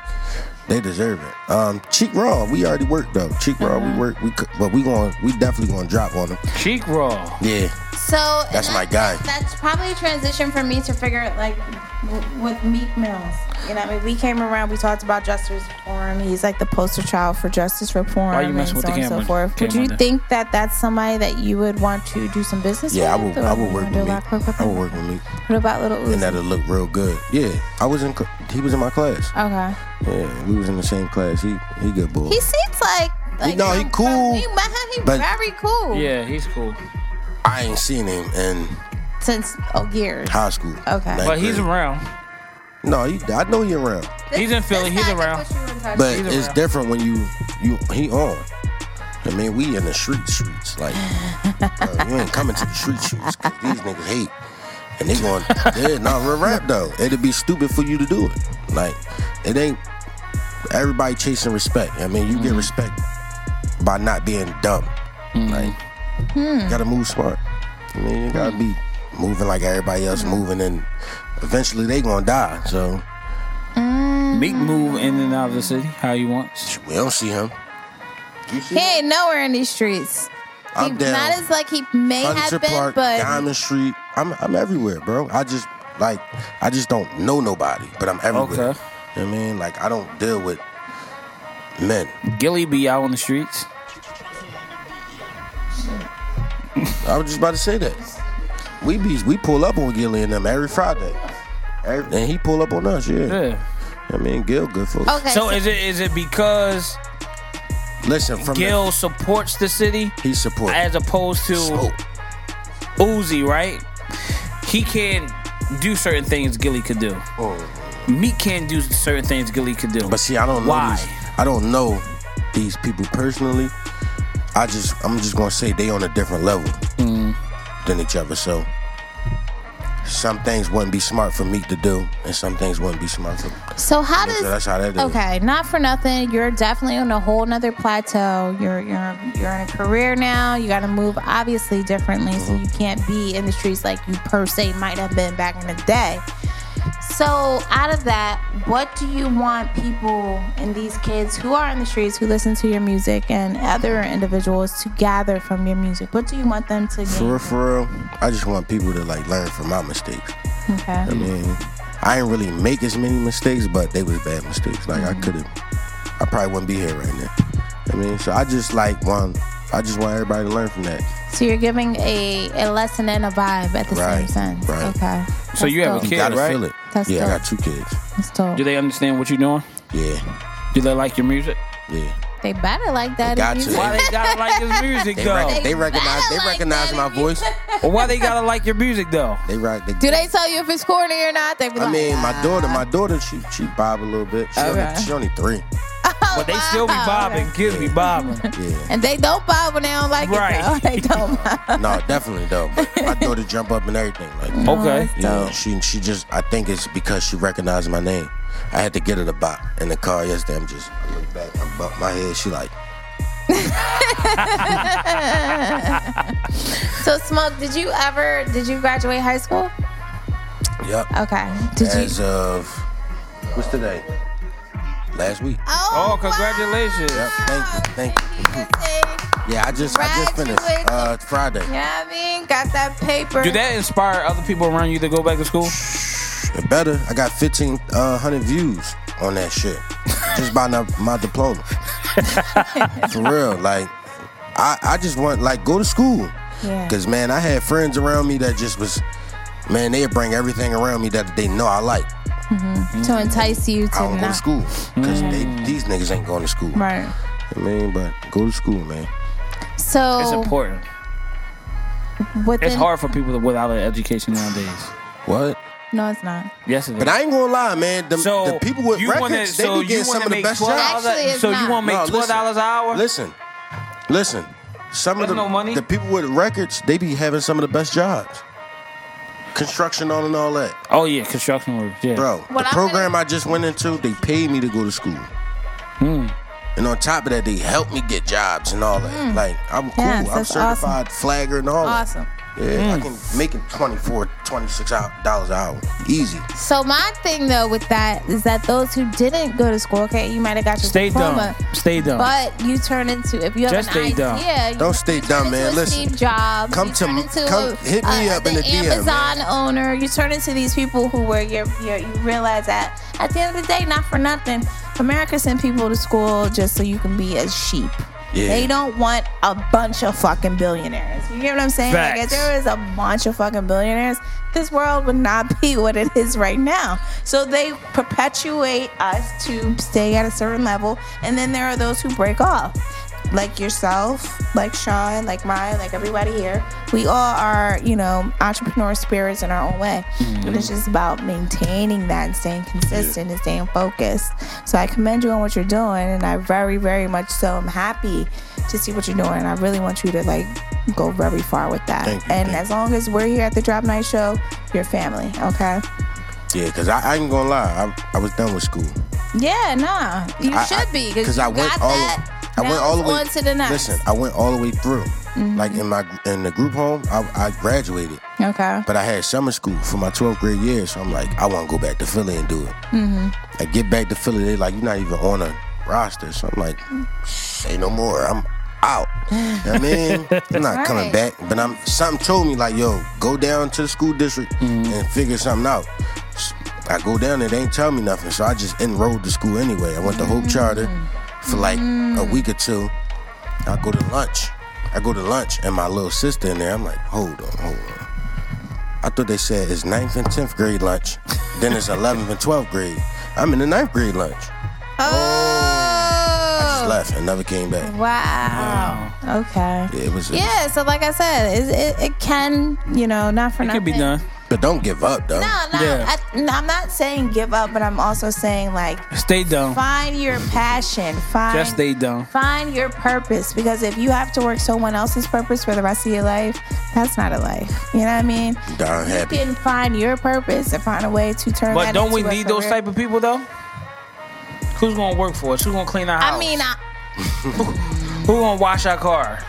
[SPEAKER 2] They deserve it. Um, Cheek Raw, we already worked though. Cheek Raw, we worked. We cou- but we going we definitely going to drop on them.
[SPEAKER 3] Cheek raw.
[SPEAKER 2] Yeah,
[SPEAKER 4] So and
[SPEAKER 2] That's my guy.
[SPEAKER 4] That's probably a transition for me to figure out, like w- with Meek Mills. You know, I mean, we came around, we talked about justice reform. He's like the poster child for justice reform
[SPEAKER 3] Why you
[SPEAKER 4] and
[SPEAKER 3] messing with
[SPEAKER 4] so
[SPEAKER 3] the
[SPEAKER 4] on and so
[SPEAKER 3] camera?
[SPEAKER 4] forth. Would
[SPEAKER 3] Camera
[SPEAKER 4] you
[SPEAKER 3] there.
[SPEAKER 4] think that that's somebody that you would want to do some business
[SPEAKER 2] yeah. I
[SPEAKER 4] with?
[SPEAKER 2] will.
[SPEAKER 4] or
[SPEAKER 2] I will
[SPEAKER 4] you wanna
[SPEAKER 2] work with
[SPEAKER 4] do a
[SPEAKER 2] me.
[SPEAKER 4] lot of corporate
[SPEAKER 2] I will
[SPEAKER 4] thing?
[SPEAKER 2] work with me,
[SPEAKER 4] What about Little
[SPEAKER 2] and
[SPEAKER 4] Uzi?
[SPEAKER 2] that'll look real good. Yeah, I was in. cl- He was in my class.
[SPEAKER 4] Okay.
[SPEAKER 2] Yeah, we was in the same class. He he good boy.
[SPEAKER 4] He seems like. like
[SPEAKER 2] no, he
[SPEAKER 4] from-
[SPEAKER 2] cool,
[SPEAKER 4] From, you met him, he
[SPEAKER 2] but-
[SPEAKER 4] very cool.
[SPEAKER 3] Yeah, he's cool.
[SPEAKER 2] I ain't seen him in
[SPEAKER 4] Since oh years.
[SPEAKER 2] high school.
[SPEAKER 4] Okay.
[SPEAKER 2] Ninth
[SPEAKER 3] But he's
[SPEAKER 2] grade.
[SPEAKER 3] around.
[SPEAKER 2] No, he, I know he around.
[SPEAKER 3] He's in Philly,
[SPEAKER 4] This
[SPEAKER 3] he's
[SPEAKER 4] guy can
[SPEAKER 3] around.
[SPEAKER 4] put you in touch
[SPEAKER 2] But
[SPEAKER 3] He's
[SPEAKER 2] it's
[SPEAKER 3] around.
[SPEAKER 2] different when you you he on. I mean, we in the street streets. Like bro, you ain't coming to the street streets 'cause these niggas hate. And they going, yeah, not real rap though. It'd be stupid for you to do it. Like it ain't everybody chasing respect. I mean, you get respect by not being dumb. Like
[SPEAKER 4] Hmm.
[SPEAKER 2] you gotta move smart. I mean, you gotta be moving like everybody
[SPEAKER 4] Hmm.
[SPEAKER 2] else moving, and eventually they gonna die. So
[SPEAKER 3] Meek move in and out of the city how you want.
[SPEAKER 2] we don't see him. You see
[SPEAKER 4] He ain't nowhere in these streets.
[SPEAKER 2] I'm
[SPEAKER 4] he,
[SPEAKER 2] down.
[SPEAKER 4] Not as like he may
[SPEAKER 2] Hunter
[SPEAKER 4] have been,
[SPEAKER 2] Park,
[SPEAKER 4] but
[SPEAKER 2] Diamond Street. I'm I'm everywhere, bro. I just like I just don't know nobody, but I'm everywhere.
[SPEAKER 3] Okay.
[SPEAKER 2] You know what I mean, like I don't deal with men.
[SPEAKER 3] Gilly be out on the streets.
[SPEAKER 2] I was just about to say that. We be we pull up on Gilly and them every Friday, Every- and he pull up on us. Yeah,
[SPEAKER 3] Yeah.
[SPEAKER 2] I mean Gil, good folks.
[SPEAKER 4] okay.
[SPEAKER 3] So is it is it because
[SPEAKER 2] Listen, from
[SPEAKER 3] Gil supports the city
[SPEAKER 2] the, he support
[SPEAKER 3] as opposed to
[SPEAKER 2] smoke.
[SPEAKER 3] Uzi, right? He can do certain things Gilly could do.
[SPEAKER 2] Mm.
[SPEAKER 3] Meek can do certain things Gilly could do.
[SPEAKER 2] But see, I don't know
[SPEAKER 3] Why?
[SPEAKER 2] these. I don't know these people personally. I just, I'm just gonna say they on a different level Mm. than each other. So some things wouldn't be smart for me to do, and some things wouldn't be smart for.
[SPEAKER 4] so how does
[SPEAKER 2] So that's how that is.
[SPEAKER 4] okay? Not for nothing. You're definitely on a whole nother plateau. You're you're you're in a career now. You got to move obviously differently, so you can't be in the streets like you per se might have been back in the day. So, out of that, what do you want people and these kids who are in the streets, who listen to your music, and other individuals to gather from your music? What do you want them to
[SPEAKER 2] For real,
[SPEAKER 4] gain?
[SPEAKER 2] for real, I just want people to like learn from my mistakes.
[SPEAKER 4] Okay.
[SPEAKER 2] I mean, I didn't really make as many mistakes, but they was bad mistakes. Like I could have, I probably wouldn't be here right now. I mean, so I just like want, I just want everybody to learn from that.
[SPEAKER 4] So, you're giving a, a lesson and a vibe at the
[SPEAKER 2] Right,
[SPEAKER 4] same sense.
[SPEAKER 2] right.
[SPEAKER 4] Okay.
[SPEAKER 3] So you have a
[SPEAKER 4] dope.
[SPEAKER 2] You
[SPEAKER 3] Kid,
[SPEAKER 2] gotta
[SPEAKER 3] right?
[SPEAKER 2] feel it.
[SPEAKER 4] That's
[SPEAKER 2] yeah, I
[SPEAKER 4] dope.
[SPEAKER 2] got two kids.
[SPEAKER 4] That's dope.
[SPEAKER 3] Do they understand what you're doing?
[SPEAKER 2] Yeah,
[SPEAKER 3] Do they like your music?
[SPEAKER 2] yeah.
[SPEAKER 4] They better like that.
[SPEAKER 2] Got
[SPEAKER 4] if
[SPEAKER 2] you.
[SPEAKER 4] you-
[SPEAKER 3] Why they gotta like your music
[SPEAKER 2] They, rec-
[SPEAKER 3] though?
[SPEAKER 2] they recognize, they
[SPEAKER 4] like
[SPEAKER 2] recognize
[SPEAKER 4] that
[SPEAKER 2] my
[SPEAKER 4] if you-
[SPEAKER 2] voice.
[SPEAKER 3] Or why they gotta like your music though?
[SPEAKER 2] They rock. They,
[SPEAKER 4] Do they tell you if it's corny or not? They be
[SPEAKER 2] I
[SPEAKER 4] like,
[SPEAKER 2] mean, my
[SPEAKER 4] "Ah."
[SPEAKER 2] daughter, my daughter, she she bob a little bit. She,
[SPEAKER 4] Okay.
[SPEAKER 2] only, she only three.
[SPEAKER 3] But they still be
[SPEAKER 4] wow.
[SPEAKER 3] bobbing. Kids be bobbing.
[SPEAKER 2] Yeah.
[SPEAKER 4] And they don't bob when they don't like it. Though.
[SPEAKER 3] Right.
[SPEAKER 4] They don't.
[SPEAKER 2] no, definitely though. But my daughter jump up and everything.
[SPEAKER 4] Oh,
[SPEAKER 2] Like,
[SPEAKER 3] Okay.
[SPEAKER 2] you know, she she just. I think it's because she recognized my name. I had to get her the bop in the car yesterday. I'm just. I look back. I bump my head. She like.
[SPEAKER 4] so, Smoke, did you ever? Did you graduate high school?
[SPEAKER 2] Yep.
[SPEAKER 4] Okay. Did
[SPEAKER 2] As
[SPEAKER 4] you?
[SPEAKER 2] of what's today? Last week.
[SPEAKER 3] Oh, congratulations.
[SPEAKER 2] Yep. Thank you. Thank you. Yeah, I just I just finished
[SPEAKER 4] Graduate.
[SPEAKER 2] uh, Friday.
[SPEAKER 4] Yeah, I mean, got that paper.
[SPEAKER 3] Do that inspire other people around you to go back to school?
[SPEAKER 2] It better. I got 1,500 views on that shit just by my, my diploma. For real, like I, I just want like go to school,
[SPEAKER 4] Yeah.
[SPEAKER 2] cause man, I had friends around me that just was, man, they'd bring everything around me that they know I like.
[SPEAKER 4] to entice you
[SPEAKER 2] I
[SPEAKER 4] to
[SPEAKER 2] don't go to
[SPEAKER 4] not. Mm.
[SPEAKER 2] school, cause they, these niggas ain't going to school.
[SPEAKER 4] Right.
[SPEAKER 2] I mean, but go to school, man.
[SPEAKER 4] So
[SPEAKER 2] Oh.
[SPEAKER 3] It's important.
[SPEAKER 4] within-
[SPEAKER 3] It's hard for people without an education nowadays.
[SPEAKER 2] What?
[SPEAKER 4] No, it's not.
[SPEAKER 3] Yes, it is.
[SPEAKER 2] But I ain't gonna lie, man. The,
[SPEAKER 3] so
[SPEAKER 2] the people with
[SPEAKER 3] you
[SPEAKER 2] records,
[SPEAKER 3] wanna,
[SPEAKER 2] they
[SPEAKER 3] so
[SPEAKER 2] be getting
[SPEAKER 3] you
[SPEAKER 2] some
[SPEAKER 3] wanna
[SPEAKER 2] of the
[SPEAKER 3] make
[SPEAKER 2] best
[SPEAKER 3] $12
[SPEAKER 2] jobs.
[SPEAKER 4] Actually, it's
[SPEAKER 3] so you
[SPEAKER 4] not.
[SPEAKER 3] want to make
[SPEAKER 2] No,
[SPEAKER 3] twelve dollars an hour?
[SPEAKER 2] Listen, listen. Some
[SPEAKER 3] That's
[SPEAKER 2] of the,
[SPEAKER 3] no money.
[SPEAKER 2] the people with records, they be having some of the best jobs. Construction on and all that.
[SPEAKER 3] Oh yeah, construction work. Yeah,
[SPEAKER 2] Bro,
[SPEAKER 4] What
[SPEAKER 2] the
[SPEAKER 4] I'm
[SPEAKER 2] program I just went into, they paid me to go to school.
[SPEAKER 3] Hmm.
[SPEAKER 2] And on top of that, they helped me get jobs and all that. Like, I'm cool.
[SPEAKER 4] Hmm. Yes,
[SPEAKER 2] I'm
[SPEAKER 4] that's
[SPEAKER 2] certified flagger and all
[SPEAKER 4] Awesome.
[SPEAKER 2] that.
[SPEAKER 3] Hmm.
[SPEAKER 2] Yeah, I can make it 24 $26 hou- dollars an hour. Easy.
[SPEAKER 4] So my thing though with that is that those who didn't go to school, okay, you might have got your
[SPEAKER 3] Stay
[SPEAKER 4] diploma,
[SPEAKER 3] dumb. Stay dumb.
[SPEAKER 4] but you turn into if you have
[SPEAKER 3] Just
[SPEAKER 4] an
[SPEAKER 3] stay
[SPEAKER 4] idea,
[SPEAKER 3] dumb.
[SPEAKER 4] you
[SPEAKER 2] Don't stay dumb,
[SPEAKER 4] turn into
[SPEAKER 2] man.
[SPEAKER 4] a
[SPEAKER 2] Listen.
[SPEAKER 4] Steve Jobs.
[SPEAKER 2] Come
[SPEAKER 4] you
[SPEAKER 2] to
[SPEAKER 4] turn
[SPEAKER 2] m-
[SPEAKER 4] into
[SPEAKER 2] come
[SPEAKER 4] a-
[SPEAKER 2] hit me
[SPEAKER 4] a-
[SPEAKER 2] up in the DM,
[SPEAKER 4] Amazon owner. You turn into these people who were your, your you realize that at the end of the day, not for nothing, America sent people to school just so you can be a sheep.
[SPEAKER 2] Yeah.
[SPEAKER 4] They don't want a bunch of fucking billionaires. You get what I'm saying? Like, if
[SPEAKER 3] Facts.
[SPEAKER 4] there is a bunch of fucking billionaires, this world would not be what it is right now. So they perpetuate us to stay at a certain level, and then there are those who break off, like yourself, like Sean, like Maya, like everybody here. We all are, you know, entrepreneur spirits in our own way, and it's just about maintaining that and staying consistent and staying focused. So I commend you on what you're doing, and I very, very much so am happy to see what you're doing. And I really want you to like go very far with that.
[SPEAKER 2] Thank you,
[SPEAKER 4] and
[SPEAKER 2] thank
[SPEAKER 4] as long as we're here at the Drop Night Show, you're family, okay?
[SPEAKER 2] Yeah, because I, I ain't gonna lie. I, I was done with school.
[SPEAKER 4] Yeah, nah, you
[SPEAKER 2] I-
[SPEAKER 4] should be because
[SPEAKER 2] Cause
[SPEAKER 4] you
[SPEAKER 2] I
[SPEAKER 4] got
[SPEAKER 2] went all.
[SPEAKER 4] that.
[SPEAKER 2] I went
[SPEAKER 4] Now
[SPEAKER 2] all the
[SPEAKER 4] it's
[SPEAKER 2] way.
[SPEAKER 4] on to the Mm-hmm. next.
[SPEAKER 2] Listen, I went all the way through. Like in my in the group home, I, I graduated,
[SPEAKER 4] okay.
[SPEAKER 2] but I had summer school for my 12th grade year. So I'm like, I want to go back to Philly and do it. I get back to Philly, they like, you're not even on a roster. So I'm like, say no more. I'm out. You know what I mean, I'm not coming
[SPEAKER 4] right.
[SPEAKER 2] back. But I'm something told me like, yo, go down to the school district and figure something out. S- I go down there, they ain't tell me nothing. So I just enrolled to school anyway. I went to Hope Charter for like a week or two. I go to lunch. I go to lunch and my little sister in there. I'm like, hold on, hold on. I thought they said it's ninth and tenth grade lunch, then it's eleventh and twelfth grade. I'm in the ninth grade lunch. I just
[SPEAKER 4] Oh,
[SPEAKER 2] left and never came back.
[SPEAKER 4] wow. Okay.
[SPEAKER 2] Yeah, it was. it was-
[SPEAKER 4] Yeah, so like I said, it, it, it can, you know, not for
[SPEAKER 3] it
[SPEAKER 4] nothing.
[SPEAKER 3] could be done.
[SPEAKER 2] But don't give up though.
[SPEAKER 4] No, no,
[SPEAKER 3] Yeah.
[SPEAKER 4] I, no, I'm not saying give up, but I'm also saying like
[SPEAKER 3] Stay dumb.
[SPEAKER 4] find your passion, find
[SPEAKER 3] Just stay dumb.
[SPEAKER 4] find your purpose because if you have to work someone else's purpose for the rest of your life, that's not a life. You know what I mean?
[SPEAKER 2] Darn happy.
[SPEAKER 4] You can find your purpose and find a way to turn.
[SPEAKER 3] But
[SPEAKER 4] that
[SPEAKER 3] don't we
[SPEAKER 4] into a
[SPEAKER 3] need those
[SPEAKER 4] career.
[SPEAKER 3] type of people though? Who's gonna work for us? Who's gonna clean our house?
[SPEAKER 4] I mean, I,
[SPEAKER 3] who gonna wash our car?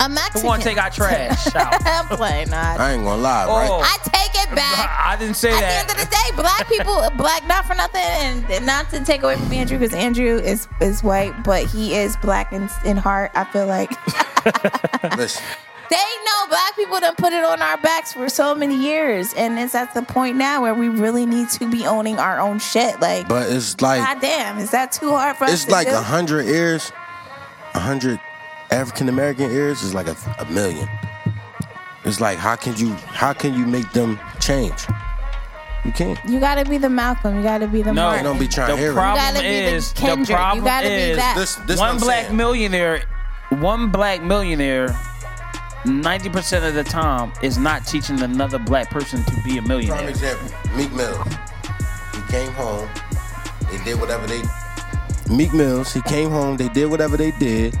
[SPEAKER 4] a
[SPEAKER 3] Who
[SPEAKER 4] Mexican.
[SPEAKER 3] gonna take our trash out?
[SPEAKER 4] I'm playing. Not.
[SPEAKER 2] I ain't gonna lie, right?
[SPEAKER 3] Oh,
[SPEAKER 4] I take it back.
[SPEAKER 3] I didn't say
[SPEAKER 4] At the
[SPEAKER 3] that.
[SPEAKER 4] end of the day, black people, black not for nothing, and, and not to take away from Andrew because Andrew is is white, but he is black in, in heart. I feel like
[SPEAKER 2] Listen,
[SPEAKER 4] they know black people done put it on our backs for so many years, and it's at the point now where we really need to be owning our own shit. Like,
[SPEAKER 2] but it's like
[SPEAKER 4] god damn, is that too hard for us?
[SPEAKER 2] it's
[SPEAKER 4] to
[SPEAKER 2] like
[SPEAKER 4] do?
[SPEAKER 2] a hundred ears, a hundred African American ears is like a, a million. It's like how can you how can you make them change? You can't.
[SPEAKER 4] You gotta be the Malcolm. You gotta be the
[SPEAKER 3] No,
[SPEAKER 2] They
[SPEAKER 4] Martin.
[SPEAKER 2] don't be trying to hear
[SPEAKER 3] The
[SPEAKER 2] it.
[SPEAKER 4] You
[SPEAKER 3] problem
[SPEAKER 4] gotta be the
[SPEAKER 3] is the
[SPEAKER 4] Kendrick. You
[SPEAKER 3] problem
[SPEAKER 4] gotta be
[SPEAKER 3] is
[SPEAKER 4] that.
[SPEAKER 2] This, this
[SPEAKER 3] one
[SPEAKER 2] I'm
[SPEAKER 3] black
[SPEAKER 2] saying.
[SPEAKER 3] millionaire, one black millionaire, ninety percent of the time is not teaching another black person to be a
[SPEAKER 2] Prime
[SPEAKER 3] millionaire.
[SPEAKER 2] example, Meek Mill. He came home. They did whatever they. Meek Mills. He came home. They did whatever they did.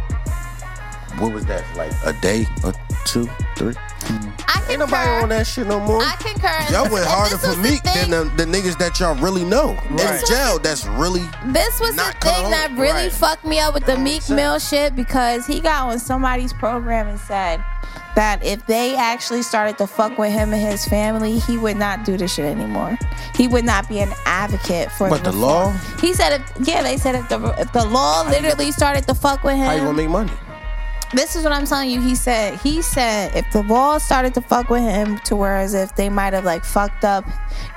[SPEAKER 2] What was that? Like a day or two, three?
[SPEAKER 4] I
[SPEAKER 2] Ain't
[SPEAKER 4] concur.
[SPEAKER 2] nobody on that shit no more.
[SPEAKER 4] I concur. And
[SPEAKER 2] Y'all
[SPEAKER 4] this-
[SPEAKER 2] went
[SPEAKER 4] and
[SPEAKER 2] harder
[SPEAKER 4] this was
[SPEAKER 2] for
[SPEAKER 4] the
[SPEAKER 2] Meek
[SPEAKER 4] thing-
[SPEAKER 2] than the, the niggas that y'all really know
[SPEAKER 3] Right.
[SPEAKER 2] in jail. That's really
[SPEAKER 4] This was the
[SPEAKER 2] not come
[SPEAKER 4] thing
[SPEAKER 2] home.
[SPEAKER 4] that really
[SPEAKER 2] Right.
[SPEAKER 4] fucked me up with the Meek Mill shit because he got on somebody's program and said that if they actually started to fuck with him and his family, he would not do this shit anymore. He would not be an advocate for.
[SPEAKER 2] But the
[SPEAKER 4] reform.
[SPEAKER 2] law?
[SPEAKER 4] He said, if, yeah, they said if the if the law literally started to fuck with him,
[SPEAKER 2] how you gonna make money.
[SPEAKER 4] this is what I'm telling you. He said he said if the law started to fuck with him to whereas if they might have like fucked up,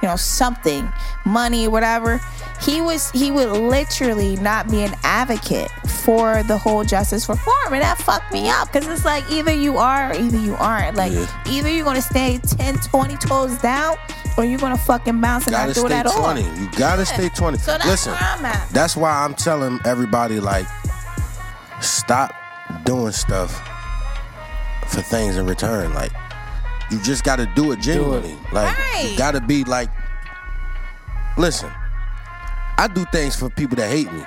[SPEAKER 4] you know, something, money, whatever, he was he would literally not be an advocate for the whole justice reform. And that fucked me up because it's like either you are or either you aren't. Like
[SPEAKER 2] Yeah.
[SPEAKER 4] either you're gonna stay 10, 20 toes down or you're gonna fucking bounce and
[SPEAKER 2] Gotta
[SPEAKER 4] not do it
[SPEAKER 2] stay
[SPEAKER 4] at all.
[SPEAKER 2] twenty. You gotta stay twenty.
[SPEAKER 4] So that's
[SPEAKER 2] Listen,
[SPEAKER 4] where I'm at.
[SPEAKER 2] that's why I'm telling everybody like, stop doing stuff for things in return. Like, you just gotta do it genuinely. Like,
[SPEAKER 4] Right.
[SPEAKER 2] you gotta be like, listen, I do things for people that hate me.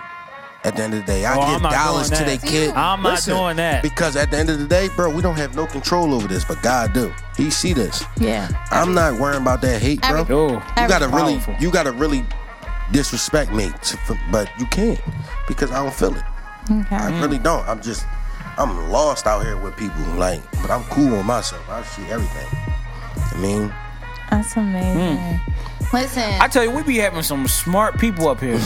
[SPEAKER 2] At the end of the day, I
[SPEAKER 3] Oh, I'm
[SPEAKER 2] give
[SPEAKER 3] not
[SPEAKER 2] dollars
[SPEAKER 3] doing
[SPEAKER 2] to
[SPEAKER 3] that.
[SPEAKER 2] their kid.
[SPEAKER 3] I'm not doing that.
[SPEAKER 2] because at the end of the day, bro, we don't have no control over this, but God do. He see this.
[SPEAKER 4] Yeah.
[SPEAKER 2] I'm not worrying about that hate, bro.
[SPEAKER 4] Every-
[SPEAKER 3] Oh,
[SPEAKER 2] You gotta really,
[SPEAKER 3] Powerful.
[SPEAKER 2] you gotta really disrespect me, to, for, but you can't because I don't feel it.
[SPEAKER 4] Mm.
[SPEAKER 2] I really don't. I'm just, I'm lost out here with people, like, but I'm cool with myself. I see everything. I mean,
[SPEAKER 4] That's amazing.
[SPEAKER 2] Hmm.
[SPEAKER 4] Listen,
[SPEAKER 3] I tell you, we be having some smart people up here.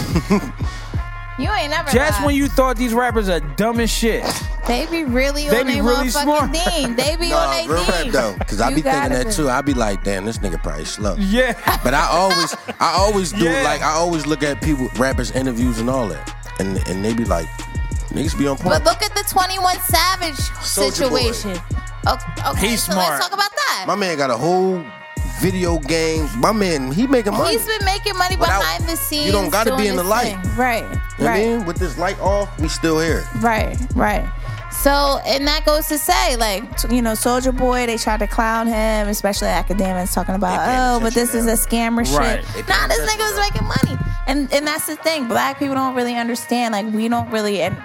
[SPEAKER 4] you ain't never
[SPEAKER 3] Just
[SPEAKER 4] lied.
[SPEAKER 3] when you thought these rappers are dumb as shit.
[SPEAKER 4] They be really
[SPEAKER 3] They
[SPEAKER 4] on
[SPEAKER 3] be
[SPEAKER 4] their
[SPEAKER 3] really smart.
[SPEAKER 4] motherfucking thing. They be
[SPEAKER 2] nah,
[SPEAKER 4] on
[SPEAKER 2] real
[SPEAKER 4] their
[SPEAKER 2] rap
[SPEAKER 4] thing.
[SPEAKER 2] though, because I
[SPEAKER 4] You
[SPEAKER 2] be thinking
[SPEAKER 4] gotta
[SPEAKER 2] that
[SPEAKER 4] be.
[SPEAKER 2] too. I be like, damn, this nigga probably slow.
[SPEAKER 3] Yeah.
[SPEAKER 2] But I always, I always do
[SPEAKER 3] Yeah.
[SPEAKER 2] like, I always look at people, rappers, interviews, and all that, and and they be like, niggas be on point.
[SPEAKER 4] But look at the 21 Savage
[SPEAKER 2] Soulja Boy.
[SPEAKER 4] situation. Okay, okay
[SPEAKER 3] He's
[SPEAKER 4] so
[SPEAKER 3] smart.
[SPEAKER 4] let's talk about that.
[SPEAKER 2] My man got a whole video game. My man, he making money.
[SPEAKER 4] He's been making money
[SPEAKER 2] Without-
[SPEAKER 4] behind the scenes.
[SPEAKER 2] you don't gotta
[SPEAKER 4] doing
[SPEAKER 2] be in
[SPEAKER 4] his
[SPEAKER 2] the light.
[SPEAKER 4] thing. Right.
[SPEAKER 2] And
[SPEAKER 4] Right.
[SPEAKER 2] then with this light off, we still here.
[SPEAKER 4] Right, right. So, and that goes to say, like, t- you know, Soldier Boy, they tried to clown him, especially academics talking
[SPEAKER 2] They paying
[SPEAKER 4] about, oh, but this
[SPEAKER 2] attention
[SPEAKER 4] is
[SPEAKER 2] now.
[SPEAKER 4] a scammer
[SPEAKER 3] Right.
[SPEAKER 2] They
[SPEAKER 4] shit. Nah,
[SPEAKER 2] paying
[SPEAKER 4] this
[SPEAKER 2] attention
[SPEAKER 4] nigga was
[SPEAKER 2] now.
[SPEAKER 4] making money. And and that's the thing. Black people don't really understand. Like, we don't really, and,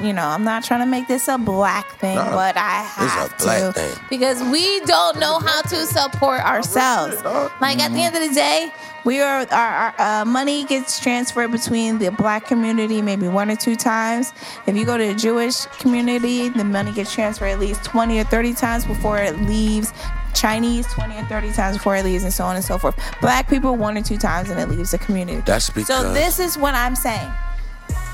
[SPEAKER 4] you know, I'm not trying to make this a black thing,
[SPEAKER 2] Nah,
[SPEAKER 4] but I
[SPEAKER 2] it's a
[SPEAKER 4] have
[SPEAKER 2] black
[SPEAKER 4] to.
[SPEAKER 2] thing.
[SPEAKER 4] Because we don't know how to support ourselves.
[SPEAKER 2] dog.
[SPEAKER 4] Like, at the end of the day, we are our, our uh, money gets transferred between the black community maybe one or two times. If you go to the Jewish community, the money gets transferred at least twenty or thirty times before it leaves. Chinese twenty or thirty times before it leaves, and so on and so forth. Black people one or two times, and it leaves the community.
[SPEAKER 2] That's
[SPEAKER 4] so.
[SPEAKER 2] because-
[SPEAKER 4] This is what I'm saying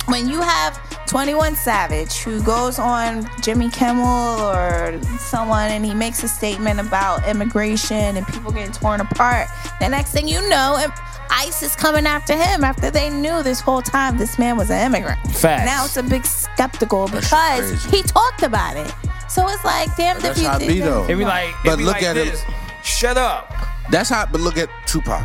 [SPEAKER 4] when you have 21 Savage who goes on Jimmy Kimmel or someone and he makes a statement about immigration and people getting torn apart, the next thing you know, im- ICE is coming after him after they knew this whole time this man was an immigrant.
[SPEAKER 3] Facts.
[SPEAKER 4] Now it's a big skeptical
[SPEAKER 2] shit
[SPEAKER 4] because
[SPEAKER 2] crazy.
[SPEAKER 4] he talked about it. So it's like, damn,
[SPEAKER 2] But
[SPEAKER 4] if
[SPEAKER 2] that's
[SPEAKER 4] you
[SPEAKER 2] how it
[SPEAKER 4] did
[SPEAKER 2] be,
[SPEAKER 4] that-
[SPEAKER 2] though.
[SPEAKER 3] It be like,
[SPEAKER 2] But
[SPEAKER 3] it be
[SPEAKER 2] look
[SPEAKER 3] like
[SPEAKER 2] at it-
[SPEAKER 3] this. Shut up.
[SPEAKER 2] That's how. But look at Tupac.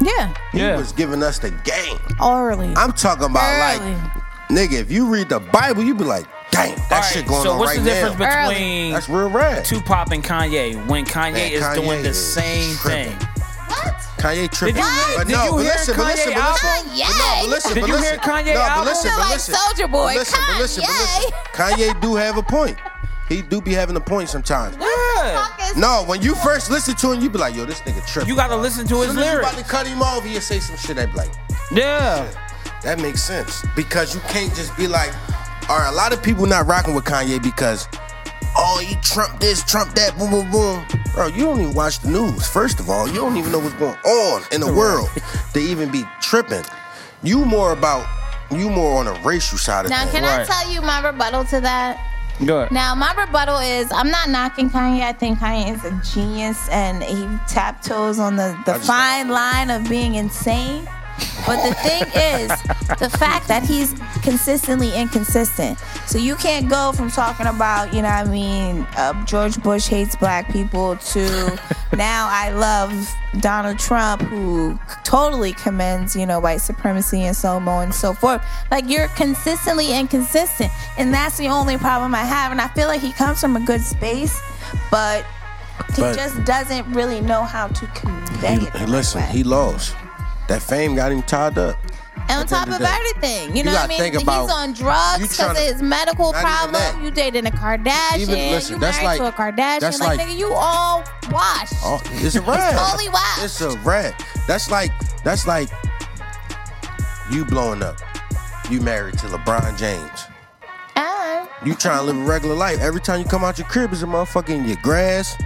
[SPEAKER 4] Yeah,
[SPEAKER 2] He was giving us the game.
[SPEAKER 4] orally.
[SPEAKER 2] I'm talking about
[SPEAKER 4] Early.
[SPEAKER 2] like, nigga. If you read the Bible, you be like, dang, that
[SPEAKER 3] All right,
[SPEAKER 2] shit going
[SPEAKER 3] so
[SPEAKER 2] on
[SPEAKER 3] what's
[SPEAKER 2] right
[SPEAKER 3] the difference
[SPEAKER 2] now.
[SPEAKER 4] Early.
[SPEAKER 3] between
[SPEAKER 2] That's real rad.
[SPEAKER 3] Tupac and Kanye when Kanye
[SPEAKER 2] Man,
[SPEAKER 3] is
[SPEAKER 2] Kanye
[SPEAKER 3] doing the
[SPEAKER 2] is
[SPEAKER 3] same
[SPEAKER 2] tripping.
[SPEAKER 3] thing?
[SPEAKER 4] what?
[SPEAKER 2] Kanye tripping.
[SPEAKER 3] Did you hear-
[SPEAKER 2] but
[SPEAKER 3] did
[SPEAKER 2] no,
[SPEAKER 3] you
[SPEAKER 2] but
[SPEAKER 3] hear
[SPEAKER 2] listen, but listen,
[SPEAKER 3] Kanye
[SPEAKER 2] but
[SPEAKER 4] album?
[SPEAKER 2] listen. But no, but listen,
[SPEAKER 4] Yay!
[SPEAKER 2] but
[SPEAKER 3] Did you hear
[SPEAKER 2] listen.
[SPEAKER 3] Kanye
[SPEAKER 2] no,
[SPEAKER 3] album?
[SPEAKER 2] But listen,
[SPEAKER 4] Feel
[SPEAKER 2] but
[SPEAKER 4] like
[SPEAKER 2] listen.
[SPEAKER 4] Soulja Boy,
[SPEAKER 2] But listen, but listen, but listen. Kanye do have a point. He do be having a point sometimes.
[SPEAKER 3] Yeah.
[SPEAKER 4] Fuck is-
[SPEAKER 2] No, when you first listen to him, you be like, yo, this nigga tripping.
[SPEAKER 3] You gotta listen to his
[SPEAKER 2] Soon as you about
[SPEAKER 3] lyrics.
[SPEAKER 2] to cut him off, he'll say some shit that be like,
[SPEAKER 3] Yeah.
[SPEAKER 2] That makes sense because you can't just be like, all right. A lot of people not rocking with Kanye because, oh, he Trump this, Trump that, boom, boom, boom. Bro, you don't even watch the news. First of all, you don't even know what's going on in the world to even be tripping. You more about you more on the racial side of
[SPEAKER 4] Now,
[SPEAKER 2] things.
[SPEAKER 4] can
[SPEAKER 3] Right.
[SPEAKER 4] I tell you my rebuttal to that?
[SPEAKER 3] Go ahead.
[SPEAKER 4] Now, my rebuttal is I'm not knocking Kanye. I think Kanye is a genius and he tiptoes on the, the
[SPEAKER 2] just-
[SPEAKER 4] fine line of being insane. But the thing is, the fact that he's consistently inconsistent. So you can't go from talking about, you know what I mean, uh, George Bush hates black people to now I love Donald Trump, who totally commends, you know, white supremacy and so on and so forth. Like you're consistently inconsistent. And that's the only problem I have. And I feel like he comes from a good space, but. He
[SPEAKER 2] But-
[SPEAKER 4] just doesn't really know how to convey
[SPEAKER 2] He-
[SPEAKER 4] it.
[SPEAKER 2] he-
[SPEAKER 4] the
[SPEAKER 2] listen,
[SPEAKER 4] right way.
[SPEAKER 2] he lost. That fame got him tied up.
[SPEAKER 4] And on
[SPEAKER 2] At the
[SPEAKER 4] top
[SPEAKER 2] end of
[SPEAKER 4] of
[SPEAKER 2] the day,
[SPEAKER 4] everything,
[SPEAKER 2] you
[SPEAKER 4] you know what
[SPEAKER 2] gotta
[SPEAKER 4] I mean?
[SPEAKER 2] think
[SPEAKER 4] He's
[SPEAKER 2] about-
[SPEAKER 4] on drugs
[SPEAKER 2] you
[SPEAKER 4] because
[SPEAKER 2] tryna-
[SPEAKER 4] of his medical
[SPEAKER 2] not even that.
[SPEAKER 4] problem. You dating a Kardashian.
[SPEAKER 2] Even- listen,
[SPEAKER 4] you
[SPEAKER 2] that's
[SPEAKER 4] married to a
[SPEAKER 2] like-
[SPEAKER 4] Kardashian.
[SPEAKER 2] that's
[SPEAKER 4] like,
[SPEAKER 2] like-
[SPEAKER 4] nigga, you all washed.
[SPEAKER 2] Oh, it's a rat.
[SPEAKER 4] totally washed.
[SPEAKER 2] It's a rat. That's like that's like you blowing up. You married to LeBron James.
[SPEAKER 4] Ah,
[SPEAKER 2] You trying to live a regular life. Every time you come out your crib, it's a motherfucking your grass.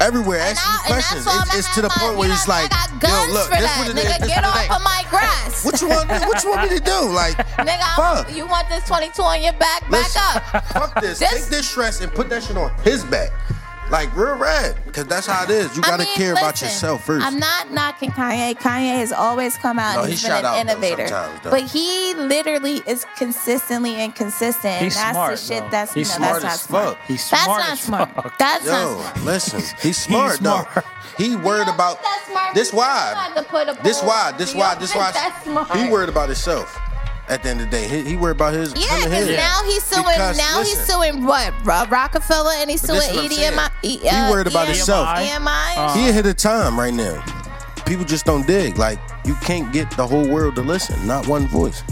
[SPEAKER 2] Everywhere,
[SPEAKER 4] and
[SPEAKER 2] asking you
[SPEAKER 4] I- and that's
[SPEAKER 2] questions.
[SPEAKER 4] all
[SPEAKER 2] It's,
[SPEAKER 4] I
[SPEAKER 2] it's
[SPEAKER 4] have
[SPEAKER 2] to the
[SPEAKER 4] on.
[SPEAKER 2] point where
[SPEAKER 4] You
[SPEAKER 2] it's
[SPEAKER 4] know, I
[SPEAKER 2] like,
[SPEAKER 4] got guns
[SPEAKER 2] yo, look,
[SPEAKER 4] for
[SPEAKER 2] this
[SPEAKER 4] that.
[SPEAKER 2] what it is.
[SPEAKER 4] nigga,
[SPEAKER 2] this
[SPEAKER 4] get
[SPEAKER 2] what
[SPEAKER 4] off
[SPEAKER 2] it is.
[SPEAKER 4] of my grass.
[SPEAKER 2] What you want? me- What you want me to do? Like,
[SPEAKER 4] nigga, I-
[SPEAKER 2] fuck,
[SPEAKER 4] you want this 22 on your back? Back
[SPEAKER 2] Listen.
[SPEAKER 4] up.
[SPEAKER 2] fuck this.
[SPEAKER 4] This-
[SPEAKER 2] Take this dress and put that shit on his back. Like real rad, because that's how it is. You
[SPEAKER 4] I
[SPEAKER 2] gotta
[SPEAKER 4] mean,
[SPEAKER 2] care about
[SPEAKER 4] listen,
[SPEAKER 2] yourself 1st
[SPEAKER 4] I'm not knocking Kanye. Kanye has always come out
[SPEAKER 2] No,
[SPEAKER 4] and
[SPEAKER 2] he
[SPEAKER 4] he's been
[SPEAKER 2] shout
[SPEAKER 4] an
[SPEAKER 2] out, though,
[SPEAKER 4] innovator.
[SPEAKER 2] sometimes, though.
[SPEAKER 4] but he literally is consistently inconsistent. and
[SPEAKER 3] He's
[SPEAKER 4] that's
[SPEAKER 3] smart,
[SPEAKER 4] the shit
[SPEAKER 3] though.
[SPEAKER 4] that's
[SPEAKER 3] He's
[SPEAKER 4] no, that's
[SPEAKER 2] smart
[SPEAKER 4] not
[SPEAKER 2] as
[SPEAKER 4] smart.
[SPEAKER 2] fuck.
[SPEAKER 3] He's
[SPEAKER 4] That's
[SPEAKER 3] smart
[SPEAKER 4] not
[SPEAKER 3] as
[SPEAKER 4] smart.
[SPEAKER 3] fuck.
[SPEAKER 4] That's not
[SPEAKER 2] Yo,
[SPEAKER 4] smart.
[SPEAKER 2] listen, he's smart though.
[SPEAKER 3] smart.
[SPEAKER 2] He worried about
[SPEAKER 4] that's smart
[SPEAKER 2] this
[SPEAKER 4] because you
[SPEAKER 2] why.
[SPEAKER 4] had to put a
[SPEAKER 2] This
[SPEAKER 4] poll.
[SPEAKER 2] why. This
[SPEAKER 4] You
[SPEAKER 2] why.
[SPEAKER 4] don't
[SPEAKER 2] This
[SPEAKER 4] think
[SPEAKER 2] why.
[SPEAKER 4] that's smart.
[SPEAKER 2] He worried about himself. At the end of the day, he, he worried about his.
[SPEAKER 4] Yeah,
[SPEAKER 2] his.
[SPEAKER 4] because now he's suing.
[SPEAKER 2] Because,
[SPEAKER 4] now
[SPEAKER 2] listen,
[SPEAKER 4] he's suing what Ro- Rockefeller, and he's
[SPEAKER 2] But
[SPEAKER 4] suing
[SPEAKER 2] this what I'm saying.
[SPEAKER 4] EDMI. E-
[SPEAKER 2] He worried about
[SPEAKER 4] EMI.
[SPEAKER 2] himself.
[SPEAKER 4] EMI.
[SPEAKER 2] He
[SPEAKER 3] uh,
[SPEAKER 2] ahead of time right now. People just don't dig. Like you can't get the whole world to listen. Not one voice.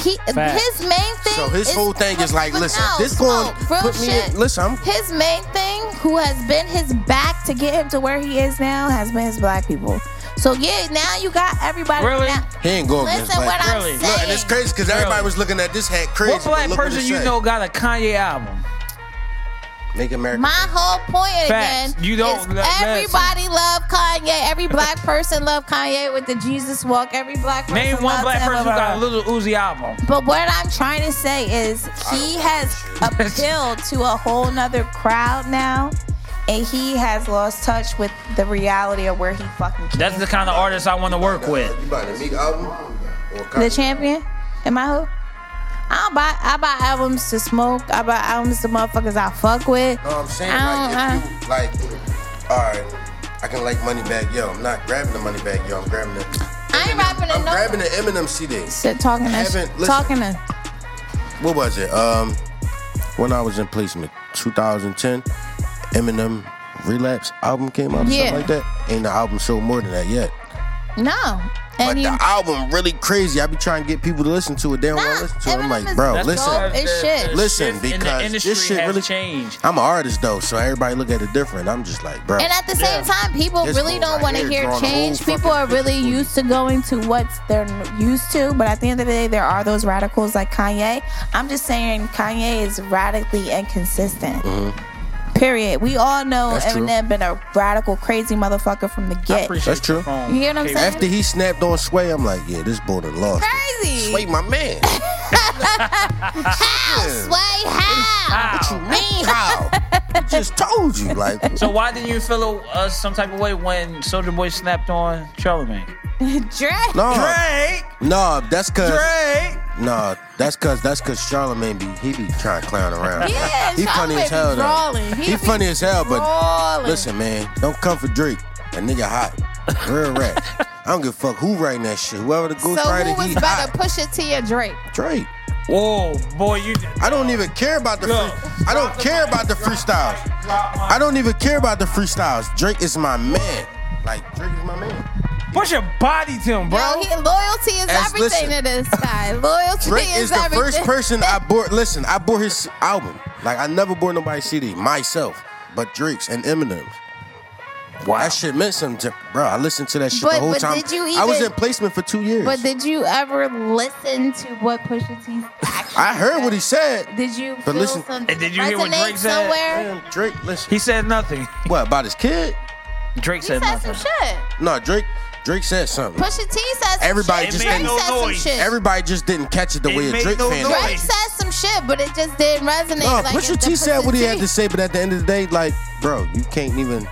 [SPEAKER 4] he
[SPEAKER 3] Facts.
[SPEAKER 4] his main thing.
[SPEAKER 2] So his
[SPEAKER 4] is-
[SPEAKER 2] whole thing is like,
[SPEAKER 4] but
[SPEAKER 2] listen,
[SPEAKER 4] no,
[SPEAKER 2] this going
[SPEAKER 4] smoke, real
[SPEAKER 2] put me.
[SPEAKER 4] shit.
[SPEAKER 2] In, listen, I'm
[SPEAKER 4] His main thing, who has been his back to get him to where he is now, has been his black people. So yeah, now you got everybody.
[SPEAKER 3] Really?
[SPEAKER 4] Now,
[SPEAKER 2] He ain't going against
[SPEAKER 4] listen,
[SPEAKER 2] black.
[SPEAKER 4] what I'm
[SPEAKER 3] Really?
[SPEAKER 4] saying.
[SPEAKER 3] Look,
[SPEAKER 2] Look, and it's crazy because everybody was looking at this hat crazy.
[SPEAKER 3] What black
[SPEAKER 2] but look
[SPEAKER 3] person
[SPEAKER 2] it
[SPEAKER 3] you
[SPEAKER 2] say.
[SPEAKER 3] know got a Kanye album?
[SPEAKER 2] Make America.
[SPEAKER 4] My whole point
[SPEAKER 3] Facts.
[SPEAKER 4] again
[SPEAKER 3] You don't
[SPEAKER 4] is
[SPEAKER 3] let- listen.
[SPEAKER 4] everybody love Kanye. Every black person love Kanye with the Jesus walk. Every black person
[SPEAKER 3] Name one
[SPEAKER 4] love
[SPEAKER 3] black
[SPEAKER 4] him,
[SPEAKER 3] person who
[SPEAKER 4] blah, blah,
[SPEAKER 3] got a
[SPEAKER 4] blah.
[SPEAKER 3] Little Uzi album.
[SPEAKER 4] But what I'm trying to say is he has appealed to a whole nother crowd now, and he has lost touch with the reality of where he fucking came.
[SPEAKER 3] That's the kind of artist I want to work with.
[SPEAKER 2] You buy the Meek album or a
[SPEAKER 4] the
[SPEAKER 2] copy?
[SPEAKER 4] champion. Am I who? I don't buy. I buy albums to smoke. I buy albums to motherfuckers I fuck with.
[SPEAKER 2] No, I'm saying
[SPEAKER 4] I
[SPEAKER 2] like
[SPEAKER 4] don't-
[SPEAKER 2] if you like, all right. I can like money back, yo. I'm not grabbing the money back, yo. I'm grabbing the.
[SPEAKER 4] I ain't rapping to
[SPEAKER 2] I'm
[SPEAKER 4] no-
[SPEAKER 2] grabbing the Eminem CD.
[SPEAKER 4] Sit talking to
[SPEAKER 2] Haven't- listen.
[SPEAKER 4] talking to.
[SPEAKER 2] What was it? Um, when I was in placement, 2010, Eminem Relapse album came out, or
[SPEAKER 4] Yeah.
[SPEAKER 2] something like that. Ain't the album sold more than that yet?
[SPEAKER 4] No.
[SPEAKER 2] But
[SPEAKER 4] And you
[SPEAKER 2] the album really crazy. I be trying to get people to listen to it. They don't want
[SPEAKER 4] Nah,
[SPEAKER 2] to listen to it. I'm
[SPEAKER 4] Eminem
[SPEAKER 2] like,
[SPEAKER 4] is
[SPEAKER 2] bro,
[SPEAKER 4] dope.
[SPEAKER 2] listen.
[SPEAKER 4] Dope. it's shit.
[SPEAKER 2] Listen,
[SPEAKER 3] shift in
[SPEAKER 2] because
[SPEAKER 3] the industry
[SPEAKER 2] this shit
[SPEAKER 3] has
[SPEAKER 2] really-
[SPEAKER 3] changed.
[SPEAKER 2] I'm an artist though, so everybody look at it different. I'm just like, bro.
[SPEAKER 4] and at the same
[SPEAKER 3] Yeah.
[SPEAKER 4] time, people
[SPEAKER 2] This
[SPEAKER 4] really
[SPEAKER 2] fool
[SPEAKER 4] don't
[SPEAKER 2] right
[SPEAKER 4] want to
[SPEAKER 2] here
[SPEAKER 4] hear
[SPEAKER 2] drawing a whole
[SPEAKER 4] change. People
[SPEAKER 2] fucking
[SPEAKER 4] are really
[SPEAKER 2] picture for you.
[SPEAKER 4] used to going to what they're used to, but at the end of the day, there are those radicals like Kanye. I'm just saying, Kanye is radically inconsistent. Period. We all know
[SPEAKER 2] Mm-hmm. That's true.
[SPEAKER 4] Eminem been a radical, crazy motherfucker from the get.
[SPEAKER 2] That's true.
[SPEAKER 4] You hear what I'm saying?
[SPEAKER 2] After he snapped on Sway, I'm like, yeah, this boy done lost. it.
[SPEAKER 4] Crazy.
[SPEAKER 2] Sway, my man.
[SPEAKER 4] how? Sway how?
[SPEAKER 2] Ah.
[SPEAKER 3] Ow.
[SPEAKER 4] Me?
[SPEAKER 2] How? I just told you, like,
[SPEAKER 3] So why didn't you feel uh, some type of way when Soldier Boy snapped on Charlamagne?
[SPEAKER 4] Drake.
[SPEAKER 2] no,
[SPEAKER 3] Drake,
[SPEAKER 2] no, that's cause,
[SPEAKER 3] Drake.
[SPEAKER 2] no, that's cause, that's cause Charlamagne be he be trying to clown around.
[SPEAKER 4] Yeah,
[SPEAKER 2] he funny
[SPEAKER 4] Charlamagne
[SPEAKER 2] as hell
[SPEAKER 4] be
[SPEAKER 2] though.
[SPEAKER 4] drawling. He
[SPEAKER 2] He
[SPEAKER 4] be
[SPEAKER 2] funny as hell, but
[SPEAKER 4] Rolling.
[SPEAKER 2] listen, man, don't come for Drake. That nigga hot, real rat. I don't give a fuck who writing that shit. Whoever the
[SPEAKER 4] so
[SPEAKER 2] ghostwriter,
[SPEAKER 4] who
[SPEAKER 2] he
[SPEAKER 4] was
[SPEAKER 2] hot.
[SPEAKER 4] better, Pusha T or Drake?
[SPEAKER 2] Drake.
[SPEAKER 3] Whoa, boy, you.
[SPEAKER 2] I don't even care about the.
[SPEAKER 3] Look,
[SPEAKER 2] free, I don't care about the freestyles. I don't even care about the freestyles. Drake is my man. Like Drake is my man.
[SPEAKER 3] Push your body to him, bro.
[SPEAKER 4] Yo, he, loyalty is
[SPEAKER 2] As-
[SPEAKER 4] everything
[SPEAKER 2] listen.
[SPEAKER 4] to this guy. Loyalty
[SPEAKER 2] Drake
[SPEAKER 4] is,
[SPEAKER 2] is the
[SPEAKER 4] everything.
[SPEAKER 2] first person I bought. Listen, I bought his album. Like I never bought nobody's CD myself, but Drake's and Eminem's.
[SPEAKER 3] Wow.
[SPEAKER 2] That shit meant something, to, bro. I listened to that shit
[SPEAKER 4] But-
[SPEAKER 2] the whole
[SPEAKER 4] but
[SPEAKER 2] time.
[SPEAKER 4] did you
[SPEAKER 2] I was
[SPEAKER 4] even-
[SPEAKER 2] in placement for two years.
[SPEAKER 4] But did you ever listen to what Pusha T actually
[SPEAKER 2] I heard what he said.
[SPEAKER 4] Did you
[SPEAKER 2] But
[SPEAKER 4] feel
[SPEAKER 2] listen-
[SPEAKER 4] something?
[SPEAKER 3] And did you hear what
[SPEAKER 4] resonate
[SPEAKER 3] Drake said?
[SPEAKER 4] Somewhere?
[SPEAKER 2] Damn, Drake, listen.
[SPEAKER 3] He said nothing.
[SPEAKER 2] What about his kid?
[SPEAKER 3] Drake
[SPEAKER 4] He
[SPEAKER 3] said
[SPEAKER 4] said
[SPEAKER 3] nothing.
[SPEAKER 4] some shit.
[SPEAKER 2] No, Drake. Drake said something.
[SPEAKER 4] Pusha T said some
[SPEAKER 2] Everybody
[SPEAKER 4] shit.
[SPEAKER 2] just
[SPEAKER 4] Drake
[SPEAKER 2] made
[SPEAKER 3] no
[SPEAKER 4] said some
[SPEAKER 3] noise.
[SPEAKER 4] shit.
[SPEAKER 2] Everybody just didn't catch it the
[SPEAKER 3] It
[SPEAKER 2] way a
[SPEAKER 3] made
[SPEAKER 2] Drake
[SPEAKER 3] no
[SPEAKER 2] fan.
[SPEAKER 3] noise.
[SPEAKER 2] did.
[SPEAKER 4] Drake said some shit, but it just didn't resonate.
[SPEAKER 2] No,
[SPEAKER 4] like
[SPEAKER 2] Pusha
[SPEAKER 4] it's
[SPEAKER 2] T
[SPEAKER 4] the
[SPEAKER 2] said what he
[SPEAKER 4] Pusha
[SPEAKER 2] had
[SPEAKER 4] T.
[SPEAKER 2] to say, but at the end of the day, like, bro, you can't even.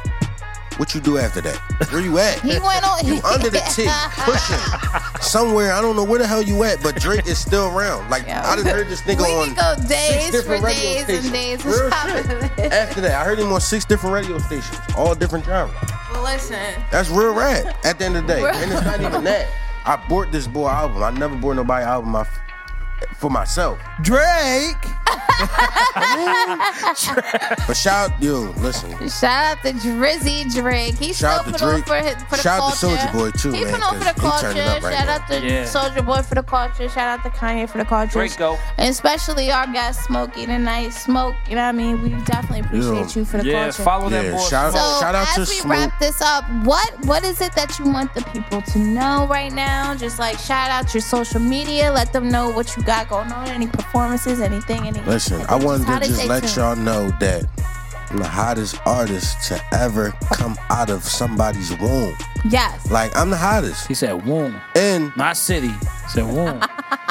[SPEAKER 2] What you do after that? Where you at?
[SPEAKER 4] He went on.
[SPEAKER 2] you under the tent, pushing somewhere. I don't know where the hell you at, but Drake is still around. Like
[SPEAKER 4] Yeah.
[SPEAKER 2] I done heard this nigga
[SPEAKER 4] we
[SPEAKER 2] on
[SPEAKER 4] could go
[SPEAKER 2] six
[SPEAKER 4] days for
[SPEAKER 2] different radio
[SPEAKER 4] days
[SPEAKER 2] stations.
[SPEAKER 4] and days.
[SPEAKER 2] Real
[SPEAKER 4] Stop
[SPEAKER 2] shit.
[SPEAKER 4] it.
[SPEAKER 2] After that, I heard him on six different radio stations, all different genres.
[SPEAKER 4] Listen,
[SPEAKER 2] That's real rap. At the end of the day, and it's not even that. I bought this boy album. I never bought nobody album. I, for myself.
[SPEAKER 3] Drake.
[SPEAKER 2] But shout, yo, listen.
[SPEAKER 4] shout out to Drizzy Drake. He
[SPEAKER 2] Shout
[SPEAKER 4] still
[SPEAKER 2] out
[SPEAKER 4] put
[SPEAKER 2] to
[SPEAKER 4] on
[SPEAKER 2] Drake.
[SPEAKER 4] for, his, for the
[SPEAKER 2] Shout out
[SPEAKER 4] culture.
[SPEAKER 2] to Soulja Boy, too,
[SPEAKER 4] He
[SPEAKER 2] man,
[SPEAKER 4] put on for the
[SPEAKER 2] 'cause he
[SPEAKER 4] culture.
[SPEAKER 2] turning up right
[SPEAKER 4] shout
[SPEAKER 2] now.
[SPEAKER 4] out to
[SPEAKER 3] Yeah.
[SPEAKER 4] Soldier Boy for the culture. Shout out to Kanye for the culture.
[SPEAKER 3] Drake go.
[SPEAKER 4] And especially our guest Smokey tonight. Smoke, you know what I mean? We definitely appreciate
[SPEAKER 2] Yeah.
[SPEAKER 4] you for the
[SPEAKER 3] Yeah,
[SPEAKER 4] culture.
[SPEAKER 3] follow
[SPEAKER 2] Yeah,
[SPEAKER 3] that boy.
[SPEAKER 2] shout-
[SPEAKER 4] So
[SPEAKER 2] Shout out
[SPEAKER 4] as
[SPEAKER 2] to
[SPEAKER 4] we
[SPEAKER 2] Smoke.
[SPEAKER 4] wrap this up, what what is it that you want the people to know right now? Just like shout out your social media, let them know what you got going on, any performances, anything, anything.
[SPEAKER 2] Listen, I wanted
[SPEAKER 4] how
[SPEAKER 2] to
[SPEAKER 4] they
[SPEAKER 2] just
[SPEAKER 4] stay
[SPEAKER 2] let
[SPEAKER 4] tuned.
[SPEAKER 2] y'all know that I'm the hottest artist to ever come out of somebody's womb.
[SPEAKER 4] Yes.
[SPEAKER 2] Like I'm the hottest,
[SPEAKER 3] He said womb,
[SPEAKER 2] and
[SPEAKER 3] not city. He said womb.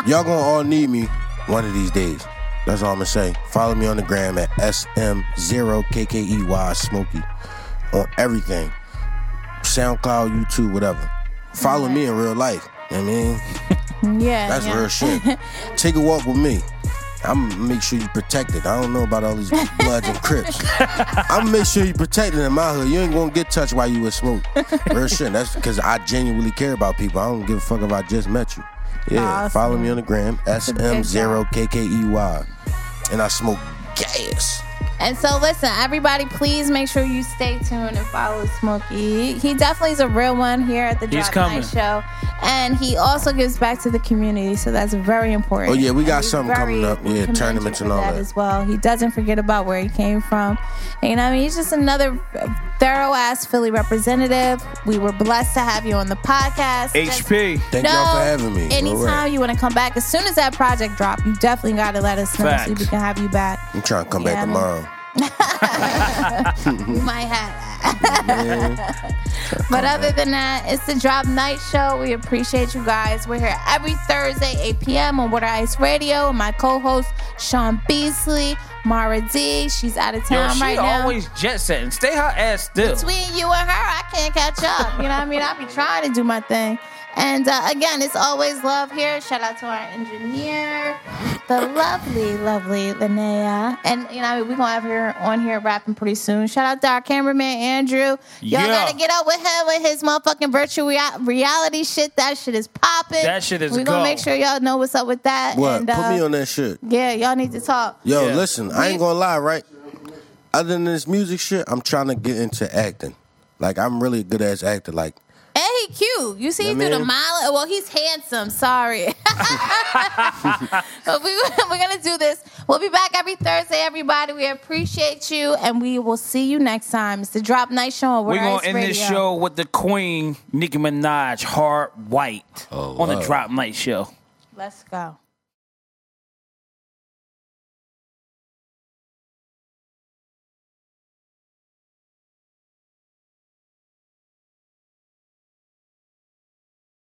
[SPEAKER 2] y'all gonna all need me one of these days. That's all I'm gonna say. Follow me on the gram at sm0kkey smoky E on everything, SoundCloud, YouTube, whatever. Follow me in real life. You know what I mean,
[SPEAKER 4] yeah.
[SPEAKER 2] that's
[SPEAKER 4] yeah.
[SPEAKER 2] real shit. Take a walk with me. I'm gonna make sure you protected. I don't know about all these bloods and crips. I'm gonna make sure you protected in my hood. You ain't gonna get touched while you with smoke. Real shit. That's because I genuinely care about people. I don't give a fuck if I just met you. Yeah,
[SPEAKER 4] Awesome.
[SPEAKER 2] follow me on the gram,
[SPEAKER 4] a good job.
[SPEAKER 2] SM0KKEY. E And I smoke gas.
[SPEAKER 4] And so, listen, everybody, please make sure you stay tuned and follow Smokey. He definitely is a real one here at the
[SPEAKER 3] He's
[SPEAKER 4] Drop Night
[SPEAKER 3] coming.
[SPEAKER 4] Show, and he also gives back to the community, so that's very important.
[SPEAKER 2] Oh, yeah, we got
[SPEAKER 4] And we
[SPEAKER 2] something coming
[SPEAKER 4] very
[SPEAKER 2] up. Yeah,
[SPEAKER 4] commend
[SPEAKER 2] tournaments
[SPEAKER 4] you
[SPEAKER 2] and
[SPEAKER 4] for
[SPEAKER 2] all that.
[SPEAKER 4] as well. He doesn't forget about where he came from. And, you know, I mean, he's just another thorough ass Philly representative. We were blessed to have you on the podcast. Just-
[SPEAKER 3] HP.
[SPEAKER 2] Thank
[SPEAKER 4] no,
[SPEAKER 2] y'all for having me. Real rap.
[SPEAKER 4] Anytime you want to come back, as soon as that project drop, you definitely got to let us know so
[SPEAKER 3] Facts.
[SPEAKER 4] we can have you back.
[SPEAKER 2] I'm trying to come
[SPEAKER 4] Yeah, I
[SPEAKER 2] back
[SPEAKER 4] mean-
[SPEAKER 2] tomorrow.
[SPEAKER 4] You might have that. but other than that, it's the Drop Night Show. We appreciate you guys. We're here every Thursday, 8 p.m. on Water Ice Radio. And my co-host, Sean Beasley, Mara D. She's out of
[SPEAKER 3] Yo,
[SPEAKER 4] town
[SPEAKER 3] she
[SPEAKER 4] right now.
[SPEAKER 3] always jet setting. Stay her ass still.
[SPEAKER 4] Between you and her, I can't catch up. You know what I mean? I be trying to do my thing. And uh, again, it's always love here. Shout out to our engineer, the lovely, lovely Linnea. And you know, I mean, we're gonna have her on here rapping pretty soon. Shout out to our cameraman Andrew. Y'all
[SPEAKER 3] Yeah.
[SPEAKER 4] gotta get up with him with his motherfucking virtual rea- reality shit. That shit is popping.
[SPEAKER 3] That shit is
[SPEAKER 4] We're gonna
[SPEAKER 3] go.
[SPEAKER 4] make sure y'all know what's up with that.
[SPEAKER 2] What?
[SPEAKER 4] And,
[SPEAKER 2] Put
[SPEAKER 4] uh,
[SPEAKER 2] me on that shit.
[SPEAKER 4] yeah, y'all need to talk.
[SPEAKER 2] Yo,
[SPEAKER 3] Yeah.
[SPEAKER 2] listen, I
[SPEAKER 4] We-
[SPEAKER 2] ain't gonna lie, right? Other than this music shit, I'm trying to get into acting. Like I'm really a good ass actor. Like
[SPEAKER 4] And he cute. You see
[SPEAKER 2] Yeah,
[SPEAKER 4] through the
[SPEAKER 2] man.
[SPEAKER 4] mile. Well, he's handsome. Sorry. but we, we're going to do this. We'll be back every Thursday, everybody. We appreciate you, and we will see you next time. It's the Drop Night Show on Word
[SPEAKER 3] We're gonna
[SPEAKER 4] Ice
[SPEAKER 3] end this
[SPEAKER 4] Radio.
[SPEAKER 3] show with the Queen, Nicki Minaj, Hard White, on the Drop Night Show.
[SPEAKER 4] Let's go.